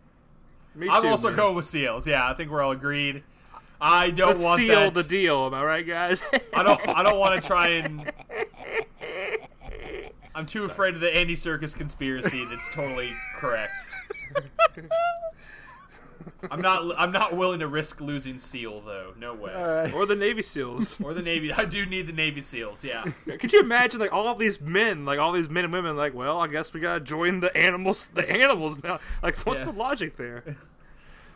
B: Me
A: I'm
B: too,
A: also
B: man.
A: going with seals. Yeah, I think we're all agreed. I don't
B: Let's
A: want
B: seal
A: that.
B: the deal. Am I right, guys?
A: I don't. I don't want to try and. I'm too afraid of the Andy Circus conspiracy. That's totally correct. I'm not. I'm not willing to risk losing Seal though. No way.
B: or the Navy SEALs.
A: Or the Navy. I do need the Navy SEALs. Yeah.
B: Could you imagine like all these men, like all these men and women, like, well, I guess we gotta join the animals, the animals now. Like, what's
A: Yeah.
B: the logic there?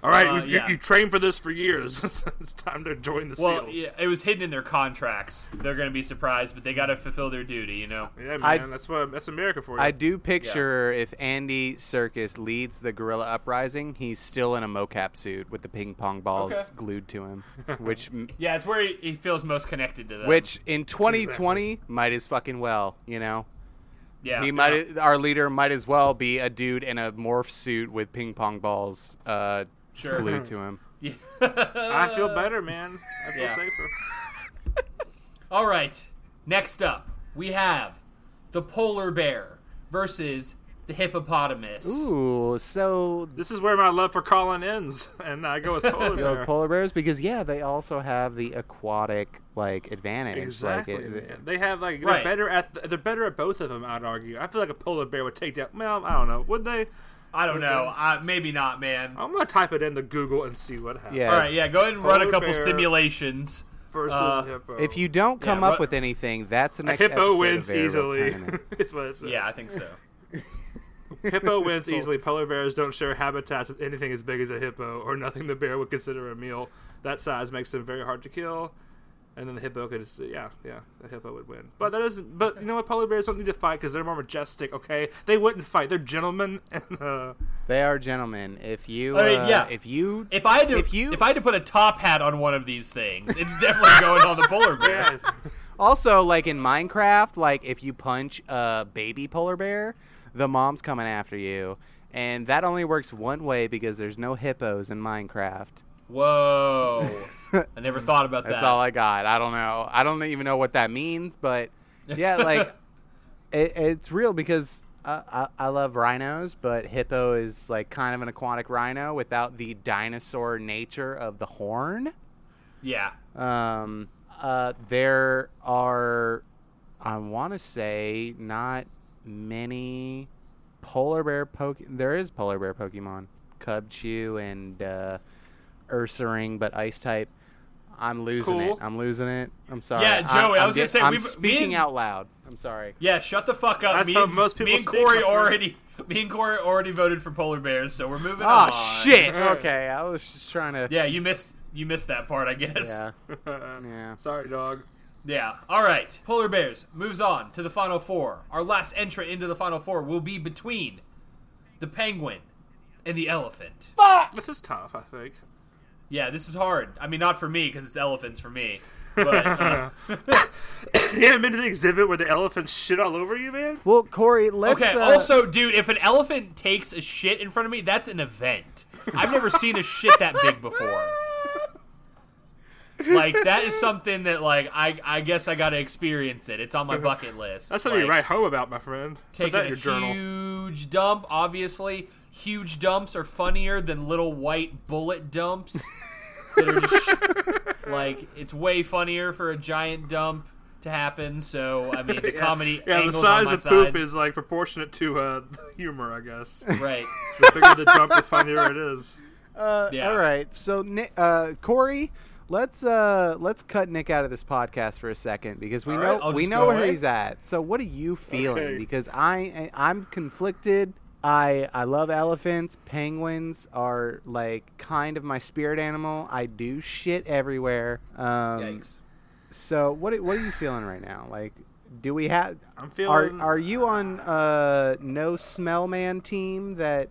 B: All right,
A: Uh,
B: you, you-
A: yeah.
B: you, trained for this for years. it's time to join the
A: Well,
B: seals.
A: yeah, it was hidden in their contracts. They're going to be surprised, but they got to fulfill their duty. You know.
B: Yeah, man,
C: I-
B: that's what that's America for you.
C: I do picture if Andy Circus leads the gorilla uprising, he's still in a mocap suit with the ping pong balls
A: Okay.
C: glued to him, which m-
A: Yeah, it's where he, he feels most connected to them.
C: which in 2020 might as fucking well, you know.
A: yeah,
C: He might our leader might as well be a dude in a morph suit with ping pong balls uh
A: Sure.
C: glued to him.
B: I feel better, man. I feel
A: Uh, Yeah.
B: safer.
A: All right. Next up, we have the polar bear versus the hippopotamus.
C: Ooh, so
B: This is where my love for Colin ends, and I go with polar
C: go with
B: bear.
C: polar bears because yeah, they also have the aquatic like advantage.
B: Exactly.
C: Like it-
B: man. They have like they're
A: Right.
B: better at they're better at both of them. I'd argue. I feel like a polar bear would take down. Well, I don't know. Would they?
A: I don't know. Uh, maybe not, man.
B: I'm gonna type it into Google and see what happens.
C: Yeah.
A: All right, yeah. Go ahead and run a
B: Polar
A: couple
B: bear.
A: simulations.
B: Versus
A: Uh,
B: hippo.
C: If you don't come
A: Yeah,
C: up
A: but-
C: with anything, that's the
B: a
C: next episode
B: hippo
C: of
B: wins
C: Variable
B: easily.
C: Timing.
B: it's what it says.
A: Yeah, I think so.
B: hippo wins easily. Polar bears don't share habitats with anything as big as a hippo, or nothing the bear would consider a meal. That size makes them very hard to kill. And then the hippo could, just, yeah, yeah, the hippo would win. But that isn't. But you know what? Polar bears don't need to fight because they're more majestic. Okay, they wouldn't fight. They're gentlemen. And uh,
C: They are gentlemen. If you,
A: All right,
C: uh,
A: yeah.
C: if you,
A: If I had to,
C: If
A: if,
C: you-
A: I had to put a top hat on one of these things, it's definitely going on the polar bear.
B: yeah,
C: also like in Minecraft, like if you punch a baby polar bear, the mom's coming after you, and that only works one way because there's no hippos in Minecraft.
A: Whoa! I never thought about
C: That's
A: that.
C: all I got. I don't know. I don't even know what that means, but yeah, like it, it's real because I, I, I love rhinos, but hippo is like kind of an aquatic rhino without the dinosaur nature of the horn.
A: yeah.
C: Um, uh, there are, I want to say, not many polar bear poke. There is polar bear Pokemon, Cub Chew and uh, Ursaring, but Ice type. I'm losing it.
B: Cool.
C: I'm losing it. I'm sorry.
A: Yeah,
C: I'm-
A: Joey, I
C: I'm
A: was gonna
C: di-
A: say,
C: I'm
A: we've- me
C: speaking
A: and-
C: out loud. I'm sorry.
A: Yeah, shut the fuck up.
B: That's
A: me
B: how
A: and,
B: most people
A: me and
B: speak,
A: Corey
B: my friend.
A: already me and Corey already voted for polar bears, so we're moving
C: Oh
B: Ah,
A: on.
C: shit. Okay, I was just trying to.
A: Yeah, you missed you missed that part, I guess.
C: Yeah. yeah.
B: sorry, dog.
A: Yeah. All right. Polar bears moves on to the final four. Our last entry into the final four will be between the penguin and the elephant.
B: This is tough. I think.
A: Yeah, this is hard. I mean, not for me because it's elephants for me. But uh,
B: You haven't been to the exhibit where the elephants shit all over you, man.
C: Well, Corey, let's.
A: okay.
C: uh,
A: also, dude, if an elephant takes a shit in front of me, that's an event. I've never seen a shit that big before. Like that is something that like I I guess I got to experience it. It's on my bucket list.
B: That's something
A: Like,
B: you write home about, my friend. Put
A: taking
B: that in
A: a
B: your journal.
A: huge dump. Obviously, huge dumps are funnier than little white bullet dumps. that are just, like it's way funnier for a giant dump to happen. So I mean, the comedy
B: Yeah, the
A: angles on
B: size
A: my
B: of
A: side.
B: poop is like proportionate to uh, humor, I guess.
A: right.
B: the bigger the jump, the funnier it is.
A: Yeah.
C: All right. So, Nick, uh, Corey, let's uh, let's cut Nick out of this podcast for a second because we
A: All
C: know
A: right, I'll
C: we
A: just
C: know
A: go
C: where
A: away.
C: he's at. So, what are you feeling?
B: Okay.
C: Because I I'm conflicted. I I love elephants. Penguins are like kind of my spirit animal. I do shit everywhere. Um,
A: Yikes.
C: So, what are- what are you feeling right now? Like, do we have?
B: I'm
C: Are,
B: feeling.
C: are you on uh, no smell man team that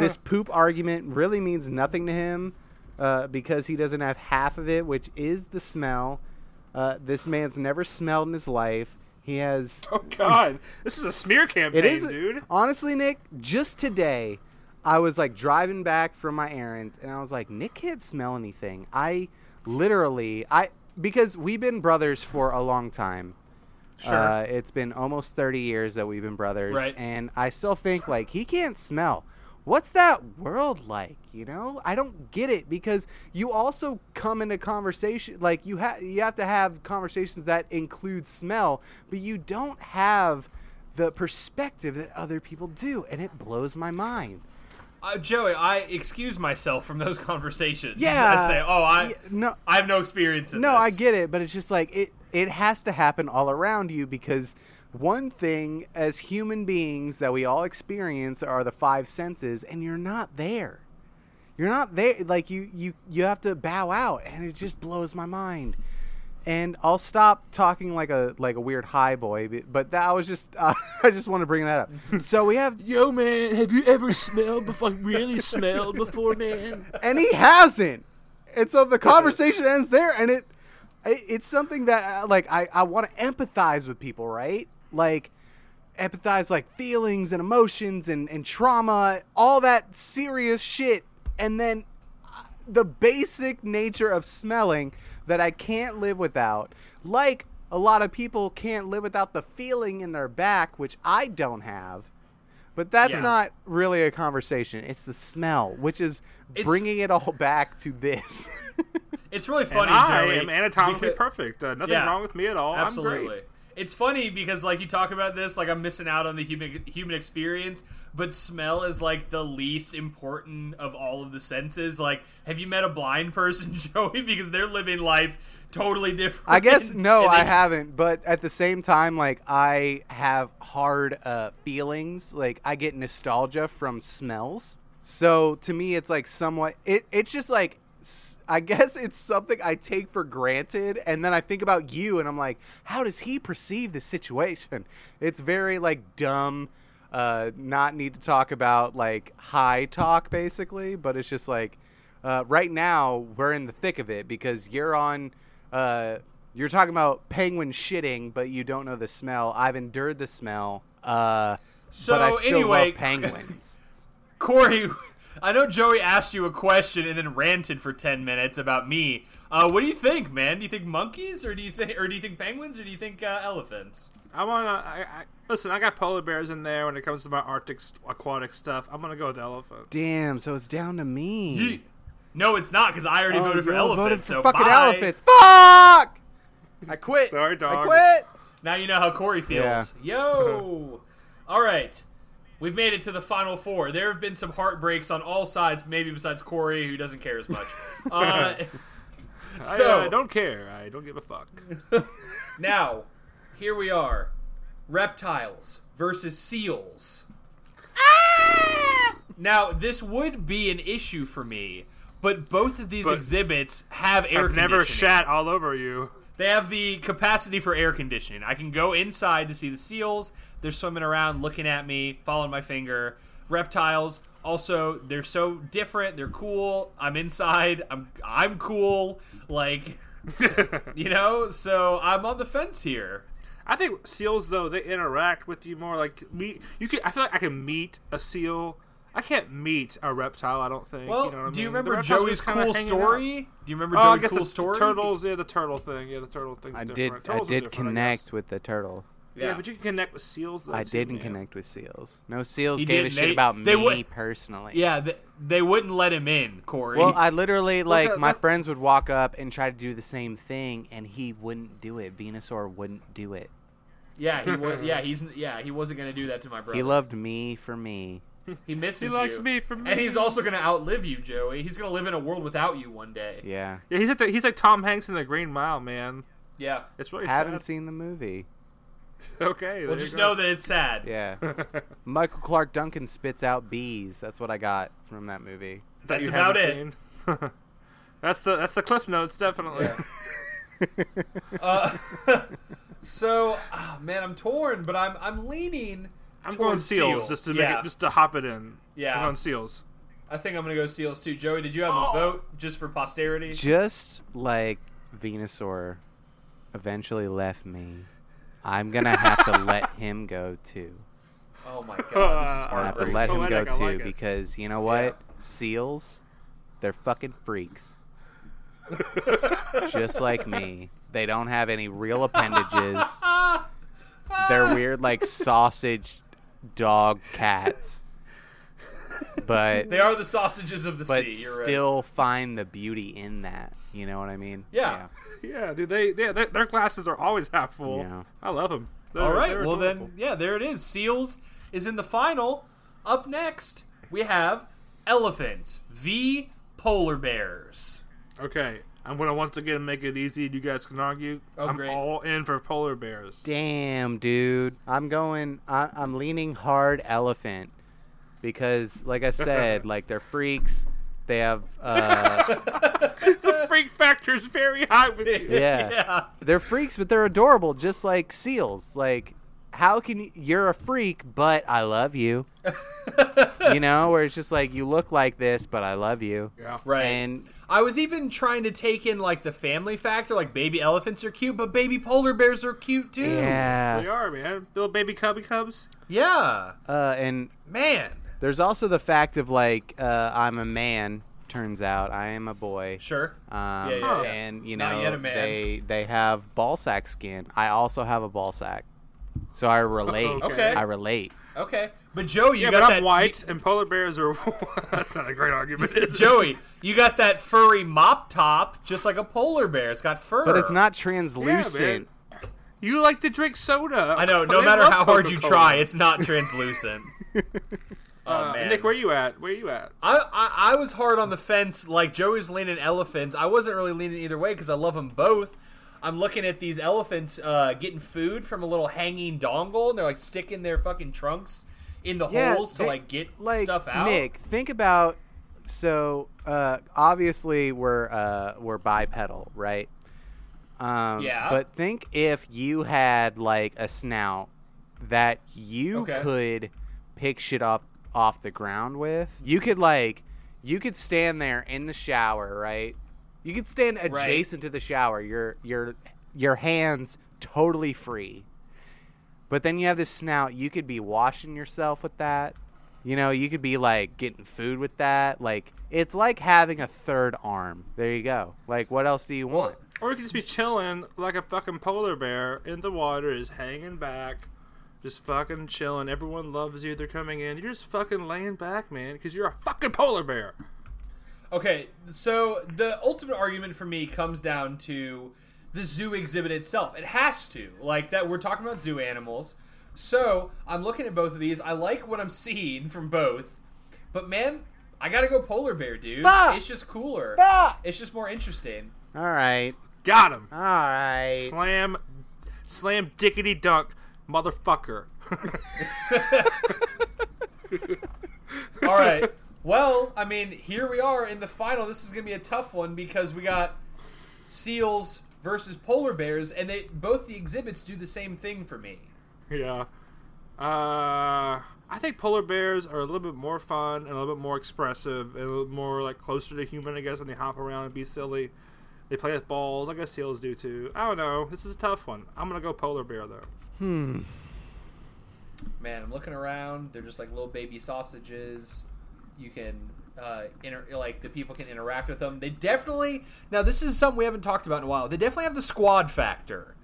C: this poop argument really means nothing to him uh, because he doesn't have half of it, which is the smell? Uh, this man's never smelled in his life. He has.
B: Oh God, this is a smear campaign,
C: It is
B: dude.
C: honestly, Nick. Just today, I was like driving back from my errands, and I was like, Nick can't smell anything. I literally, I because we've been brothers for a long time.
A: Sure.
C: Uh, it's been almost 30 years that we've been brothers,
A: Right.
C: and I still think like he can't smell. What's that world like? You know, I don't get it because you also come into conversation like you have you have to have conversations that include smell, but you don't have the perspective that other people do, and it blows my mind.
A: uh, Joey, I excuse myself from those conversations.
C: Yeah,
A: I say, oh, I
C: yeah, no.
A: I have no experience in
C: No,
A: this.
C: I get it, but it's just like it it has to happen all around you because one thing as human beings that we all experience are the five senses and you're not there. You're not there like you you you have to bow out and it just blows my mind. And I'll stop talking like a like a weird high boy, b- but that I was just uh, I just want to bring that up. So we have
E: Yo, man, have you ever smelled before? Really smelled before, man?
C: and he hasn't. And so the conversation ends there, and it, it it's something that uh, like I I want to empathize with people, right? Like empathize like feelings and emotions and and trauma, all that serious shit, and then uh, the basic nature of smelling that I can't live without, like. A lot of people can't live without the feeling in their back, which I don't have. But that's
B: Yeah.
C: not really a conversation. It's the smell, which is
A: It's-
C: bringing it all back to this.
A: It's really
B: And
A: funny,
B: I
A: Joey.
B: am anatomically
A: because-
B: perfect. Uh, nothing
A: Yeah.
B: wrong with me at
C: Oh,
B: all. I'm
A: Absolutely.
B: great.
A: It's funny because like you talk about this, like I'm missing out on the human human experience, but smell is like the least important of all of the senses. Like, have you met a blind person, Joey? Because they're living life totally different.
C: I guess no,
A: and
C: I
A: they-
C: haven't. But at the same time, like I have hard uh, feelings. Like I get nostalgia from smells. So to me, it's like somewhat. It it's just like s- I guess it's something I take for granted, and then I think about you, and I'm like, how does he perceive this situation? It's very like dumb. Uh, not need to talk about like high talk basically, but it's just like uh, right now we're in the thick of it because you're on uh, you're talking about penguin shitting but you don't know the smell i've endured the smell uh,
A: So,
C: but i still
A: anyway-
C: love penguins
A: Corey, I know Joey asked you a question and then ranted for ten minutes about me. Uh, what do you think, man? Do you think monkeys, or do you think, or do you think penguins, or do you think uh, elephants?
B: I wanna. I, I, listen, I got polar bears in there when it comes to my Arctic st- aquatic stuff. I'm gonna go with elephant.
C: damn so it's down to me
A: Ye- No, it's not because I already
C: Oh,
A: voted for
C: you all
A: elephants.
C: voted for
A: so
C: fucking
A: bye.
C: elephants fuck i quit
B: Sorry,
C: i
B: dog.
C: quit
A: Now you know how Corey feels. Yo! all right. We've made it to the final four. There have been some heartbreaks on all sides, maybe besides Corey, who doesn't care as much. Uh, so,
B: I, uh, don't care. I don't give a fuck.
A: now, here we are reptiles versus seals.
B: Ah!
A: Now, this would be an issue for me, but both of these
B: But
A: exhibits have air
B: I've never
A: conditioning.
B: shat all over you.
A: They have the capacity for air conditioning. I can go inside to see the seals. They're swimming around, looking at me, following my finger. Reptiles. Also, they're so different. They're cool. I'm inside. I'm I'm cool. Like, you know. So I'm on the fence here.
B: I think seals though they interact with you more. Like me, you can. I feel like I can meet a seal. I can't meet a reptile. I don't think.
A: Well,
B: you know what
A: do you
B: I mean? The
A: remember
B: reptiles are
A: Joey's
B: just kinda
A: cool
B: hanging out.
A: story? Do you remember
B: Oh, I
A: Joey's
B: guess
A: cool
B: the,
A: story?
B: the turtles. Yeah, the turtle thing. Yeah, the turtle thing's
C: i did
B: different.
C: i
B: Turtles are
C: did
B: different, I
C: connect
B: guess.
C: with the turtle
B: Yeah. but you can connect with seals. Though,
C: i
B: too,
C: didn't
B: man.
C: connect with seals no seals
A: He
C: gave a
A: didn't.
C: shit
A: They-
C: about
A: they
C: me
A: would-
C: personally
A: yeah, they, they wouldn't let him in, Corey.
C: Well, I literally like
B: that-
C: my
B: that's-
C: friends would walk up and try to do the same thing, and he wouldn't do it. Venusaur wouldn't do it.
A: yeah, he was. Yeah, he's. Yeah, he wasn't gonna do that to my brother.
C: He loved me for me.
A: He misses
B: He likes
A: you.
B: me for me.
A: And he's also going to outlive you, Joey. He's going to live in a world without you one day.
C: Yeah,
B: Yeah, he's like the, he's like Tom Hanks in The Green Mile, man.
A: Yeah.
B: It's really
C: haven't
B: sad.
C: seen the movie.
B: Okay,
A: Well,
B: there
A: just
B: you go.
A: know that it's sad.
C: Yeah, Michael Clark Duncan spits out bees. That's what I got from that movie.
B: that
A: That's
B: you
A: about
B: haven't seen. that's the that's the cliff notes definitely.
A: Yeah. Uh, so, ah, man, I'm torn, but I'm I'm leaning.
B: I'm
A: torn
B: going seals just to make
A: yeah.
B: it just to hop it in.
A: Yeah.
B: I'm going seals.
A: I think I'm going to go seals too. Joey, did you have
B: Oh.
A: a vote just for posterity?
C: Just like Venusaur eventually left me, I'm gonna have to let him go too.
A: Oh my god, this is
C: I have to
A: heartbreaking.
C: let him go
B: Poetic, I
C: too
B: like it.
C: because you know
A: Yeah.
C: what? Seals, they're fucking freaks. Just like me. They don't have any real appendages. They're weird like sausage dog cats. But
A: They are the sausages of the
C: but
A: sea. You're right.
C: still find the beauty in that. You know what I mean?
A: Yeah.
B: Yeah, dude. They, they, they their glasses are always half full.
C: Yeah.
B: I love them.
A: All right. Well, then, yeah, there it is. Seals is in the final. Up next, we have elephants v polar bears.
B: Okay, I'm gonna once again make it easy. You guys can argue.
A: Oh,
B: I'm
A: great.
B: all in for polar bears.
C: Damn, dude. I'm going. I, I'm leaning hard elephant because, like I said, like they're freaks. They have, uh,
B: the freak factor is very high with you.
C: yeah.
A: Yeah.
C: they're freaks, but they're adorable, just like seals. Like, how can you, you're a freak, but I love you? you know, where it's just like you look like this, but I love you.
B: Yeah.
A: Right.
C: And
A: I was even trying to take in like the family factor, like baby elephants are cute, but baby polar bears are cute too.
B: They
C: yeah,
B: are, man. Little baby cubby cubs.
A: Yeah.
C: uh, and
A: Man.
C: there's also the fact of like uh, I'm a man. Turns out I am a boy.
A: Sure.
C: Um,
A: Yeah, yeah, yeah.
C: And you
A: Now
C: know,
A: you had a man.
C: they they have ball sack skin. I also have a ball sack, so I relate.
A: Okay.
C: I relate.
A: Okay, but Joey, you
B: yeah,
A: got
B: but I'm
A: that
B: white, and polar bears are. That's not a great argument. Is it?
A: Joey, you got that furry mop top, just like a polar bear. It's got fur.
C: But it's not
B: Yeah,
C: translucent.
B: man. You like to drink soda.
A: I know. No
B: They
A: matter
B: love
A: how hard you
B: Coca-Cola.
A: try, it's not translucent. oh man,
B: Uh, Nick, where you at? Where you at?
A: I, I I was hard on the fence. Like Joey's leaning elephants. I wasn't really leaning either way because I love them both. I'm looking at these elephants uh, getting food from a little hanging dongle, and they're like sticking their fucking trunks in the
C: Yeah,
A: holes to
C: they-
A: like get
C: like,
A: stuff out.
C: Nick, think about so uh, obviously we're uh, we're bipedal, right? Um,
A: Yeah.
C: But think if you had like a snout that you
A: Okay.
C: could pick shit up off the ground with. You could like you could stand there in the shower, right? You could stand adjacent to the shower. Your your your hands totally free. But then you have this snout. You could be washing yourself with that. You know, you could be like getting food with that. Like it's like having a third arm. There you go. Like what else do you want?
B: Or you could just be chilling like a fucking polar bear in the water, is hanging back, just fucking chilling. Everyone loves you. They're coming in. You're just fucking laying back, man, because you're a fucking polar bear.
A: Okay, so the ultimate argument for me comes down to the zoo exhibit itself. It has to. Like that we're talking about zoo animals. So, I'm looking at both of these. I like what I'm seeing from both. But man, I got to go polar bear, dude.
C: Bah!
A: It's just cooler.
C: Bah!
A: It's just more interesting.
C: All right.
B: Got him.
C: All right.
B: Slam, slam, dickety dunk, motherfucker.
A: All right. Well, I mean, here we are in the final. This is going to be a tough one because we got seals versus polar bears and they both the exhibits do the same thing for me.
B: yeah. Uh, I think polar bears are a little bit more fun and a little bit more expressive and a little more like closer to human, I guess, when they hop around and be silly. They play with balls. I guess seals do too. I don't know. This is a tough one. I'm gonna go polar bear though.
A: man, I'm looking around. They're just like little baby sausages. You can uh, inter- like the people can interact with them. They definitely now this is something we haven't talked about in a while. They definitely have the squad factor.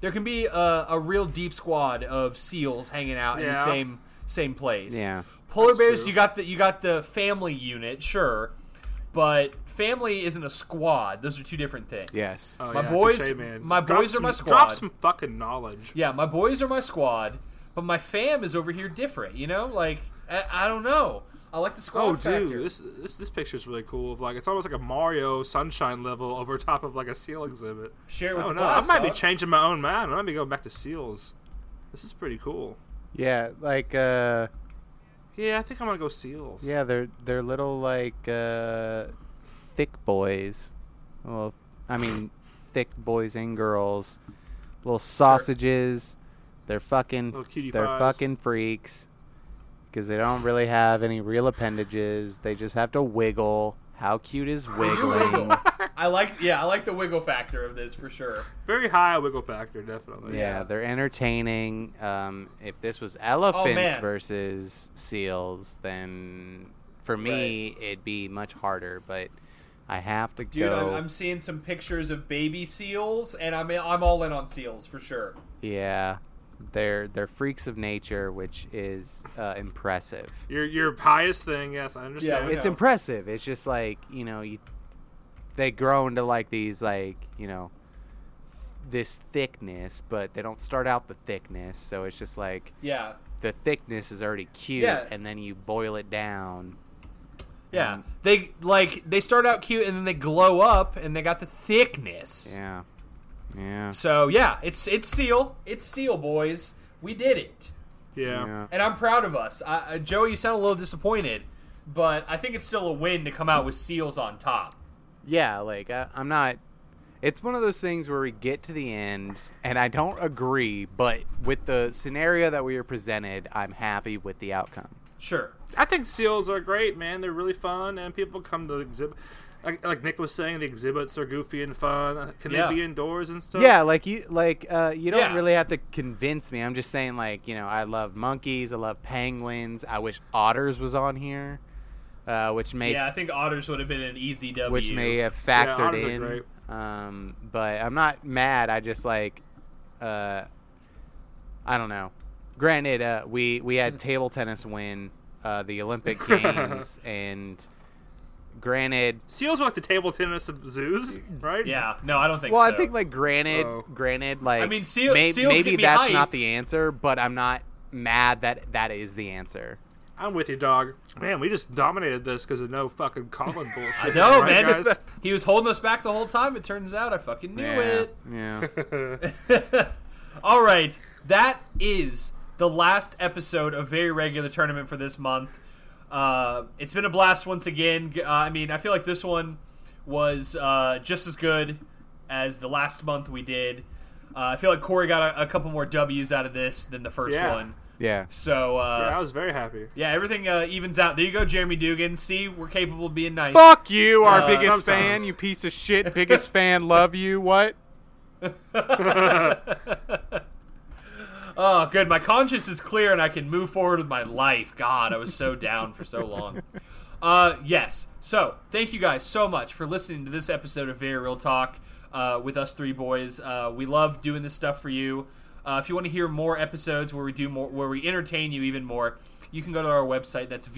A: There can be a, a real deep squad of seals hanging out in the
B: Yeah.
A: same same place.
C: Yeah.
A: polar bears.
B: true.
A: You got the you got the family unit, sure, but family isn't a squad. Those are two different things.
C: Yes.
B: Oh,
A: My
B: yeah,
A: boys-
B: touche, man.
A: my
B: Drop
A: boys are
B: some-
A: my
B: Drop
A: squad.
B: some fucking knowledge.
A: yeah, my boys are my squad, but my fam is over here different. You know, like I, I don't know. I like the squad
B: Oh,
A: factor.
B: dude, this this this picture's really cool. Of like, it's almost like a Mario Sunshine level over top of like a seal exhibit.
A: Share it
B: I
A: with
B: don't
A: the
B: know. oh, I
A: class,
B: might be
A: dog.
B: changing my own mind. I might be going back to seals. This is pretty cool.
C: Yeah, like uh
B: Yeah, I think I'm gonna go seals.
C: yeah, they're they're little like uh thick boys. Well, I mean thick boys and girls. Little sausages. They're fucking
B: Little cutie
C: they're
B: pies.
C: fucking freaks cuz they don't really have any real appendages. They just have to wiggle. How cute is
A: You
C: wiggling?
A: wiggle. I like, yeah, I like the wiggle factor of this for sure.
B: very high wiggle factor, definitely.
C: Yeah, they're entertaining. Um, if this was elephants
A: Oh, man.
C: versus seals, then for me it'd be much harder. But I have to
A: Dude,
C: go.
A: I'm, I'm seeing some pictures of baby seals, and I'm I'm all in on seals for sure.
C: Yeah, they're they're freaks of nature, which is uh, impressive.
B: Your your highest thing, yes, I understand.
A: Yeah,
C: It's
A: know.
C: impressive. It's just like you know you, they grow into like these like you know this thickness, but they don't start out the thickness. So it's just like
A: Yeah,
C: the thickness is already cute,
A: Yeah.
C: and then you boil it down.
A: yeah. they like they start out cute, and then they glow up, and they got the thickness.
C: Yeah, yeah,
A: So yeah, it's it's seal, it's seal, boys. We did it.
B: yeah.
C: yeah.
A: and I'm proud of us. I, uh, Joey, you sound a little disappointed, but I think it's still a win to come out with seals on top.
C: Yeah, like I, I'm not. It's one of those things where we get to the end, and I don't agree, but with the scenario that we are presented, I'm happy with the outcome.
A: Sure.
B: I think seals are great, man. They're really fun, and people come to the exhibit. Like, like Nick was saying, the exhibits are goofy and fun. uh, Can
A: Yeah.
B: they be indoors and stuff?
C: Yeah, like you, like uh, you don't
A: Yeah.
C: really have to convince me. I'm just saying, like you know, I love monkeys, I love penguins. I wish otters was on here, uh, which may
A: Yeah, I think otters would have been an easy W.
C: which may uh, have
B: Yeah,
C: factored
B: otters are
C: in.
B: great.
C: Um, but I'm not mad. I just like, uh, I don't know. granted, uh, we we had table tennis win uh, the Olympic Games, and granted,
B: Seals want the table tennis of zoos, right?
A: Yeah, no, I don't think
C: well,
A: so.
C: I think like granted,
B: Oh.
C: granted, like
A: I mean, seal-
C: may-
A: seals
C: maybe
A: get me
C: that's
A: hype.
C: not the answer, but I'm not mad that that is the answer.
B: I'm with you, dog. Man, we just dominated this because of no fucking Colin bullshit. I
A: no, man. he was holding us back the whole time. It turns out I fucking knew
C: Yeah,
A: it.
C: yeah.
A: All right, that is the last episode of very regular tournament for this month. Uh, it's been a blast once again. G- Uh, I mean, I feel like this one was uh, just as good as the last month we did. Uh, I feel like Corey got a, a couple more W's out of this than the first
B: Yeah.
A: one.
C: yeah.
A: So uh,
B: Yeah, I was very happy.
A: Yeah, everything uh, evens out. There you go, Jeremy Dugan. See, we're capable of being nice.
C: Fuck you, our
A: Uh,
B: sometimes.
C: biggest fan, you piece of shit, biggest fan, love you. What?
A: Oh, good. My conscience is clear and I can move forward with my life. God, I was so down for so long. Uh, yes. So, thank you guys so much for listening to this episode of Very Real Talk uh, with us three boys. Uh, we love doing this stuff for you. Uh, if you want to hear more episodes where we do more, where we entertain you even more, you can go to our website. That's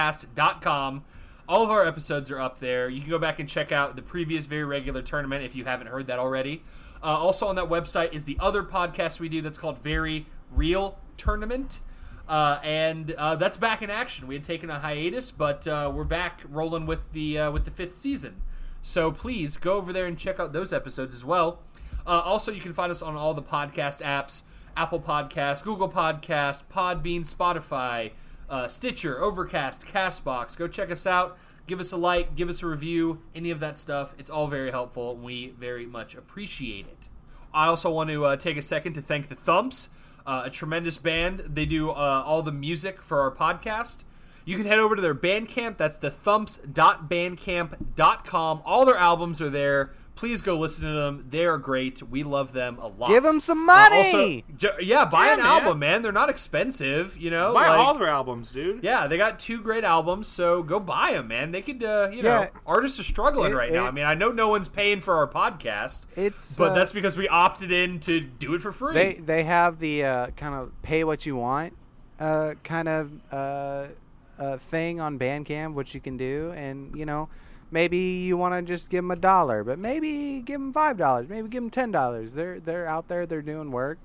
A: vrtcast.com. All of our episodes are up there. You can go back and check out the previous very regular tournament if you haven't heard that already. Uh, also on that website is the other podcast we do that's called Very Real Tournament. Uh, and uh, that's back in action. We had taken a hiatus, but uh, we're back rolling with the uh, with the fifth season. So please go over there and check out those episodes as well. Uh, also, you can find us on all the podcast apps: Apple Podcast, Google Podcast, Podbean, Spotify, uh, Stitcher, Overcast, Castbox. Go check us out. Give us a like. Give us a review. Any of that stuff. It's all very helpful. and We very much appreciate it. I also want to uh, take a second to thank the Thumps, uh, a tremendous band. They do uh, all the music for our podcast. You can head over to their Bandcamp. That's the thumps.bandcamp.com. All their albums are there. Please go listen to them. They are great. We love them a lot.
C: Give 'em some
A: Uh, also-
C: money!
A: ju- yeah, buy
B: Yeah,
A: an
B: man.
A: album, man. They're not expensive, you know.
B: Buy
A: like-
B: all their albums, dude.
A: yeah, they got two great albums, so go buy them, man. They could, uh, you know,
C: Yeah.
A: artists are struggling
C: It-
A: right now.
C: it-
A: I mean, I know no one's paying for our podcast,
C: It's,
A: but
C: uh,
A: that's because we opted in to do it for free.
C: They they have the uh, kind of pay what you want uh, kind of uh, uh, thing on Bandcamp, which you can do, and you know maybe you want to just give them a dollar, but maybe give them five dollars, maybe give them ten dollars. They're they're out there, they're doing work,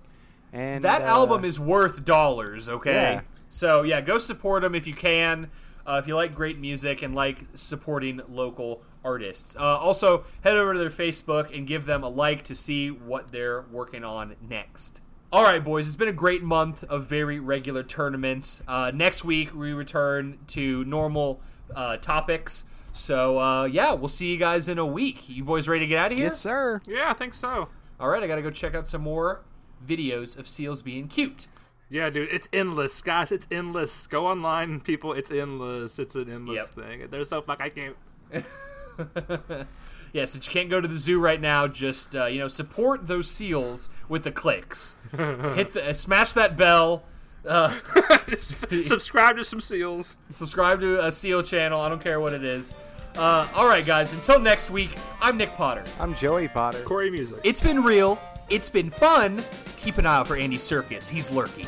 C: and
A: that
C: uh,
A: album is worth dollars, okay?
C: Yeah.
A: So yeah, go support them if you can. Uh, if you like great music and like supporting local artists, uh, also head over to their Facebook and give them a like to see what they're working on next. All right, boys, it's been a great month of very regular tournaments. Uh, next week we return to normal uh, topics. So uh, yeah, we'll see you guys in a week. You boys ready to get out of here?
C: yes sir.
B: Yeah, I think so.
A: All right, I gotta go check out some more videos of seals being cute.
B: Yeah, dude, it's endless, guys. It's endless. Go online, people. It's endless. It's an endless
A: Yep.
B: thing. They're so fuck. I can't.
A: Yeah, since you can't go to the zoo right now, just uh, you know support those seals with the clicks. Hit the, uh, smash that bell.
B: Subscribe to some seals.
A: Subscribe to a seal channel. I don't care what it is. Uh, all right, guys. Until next week, I'm Nick Potter.
C: I'm Joey Potter.
B: Corey music.
A: It's been real. It's been fun. Keep an eye out for Andy Circus. He's lurking.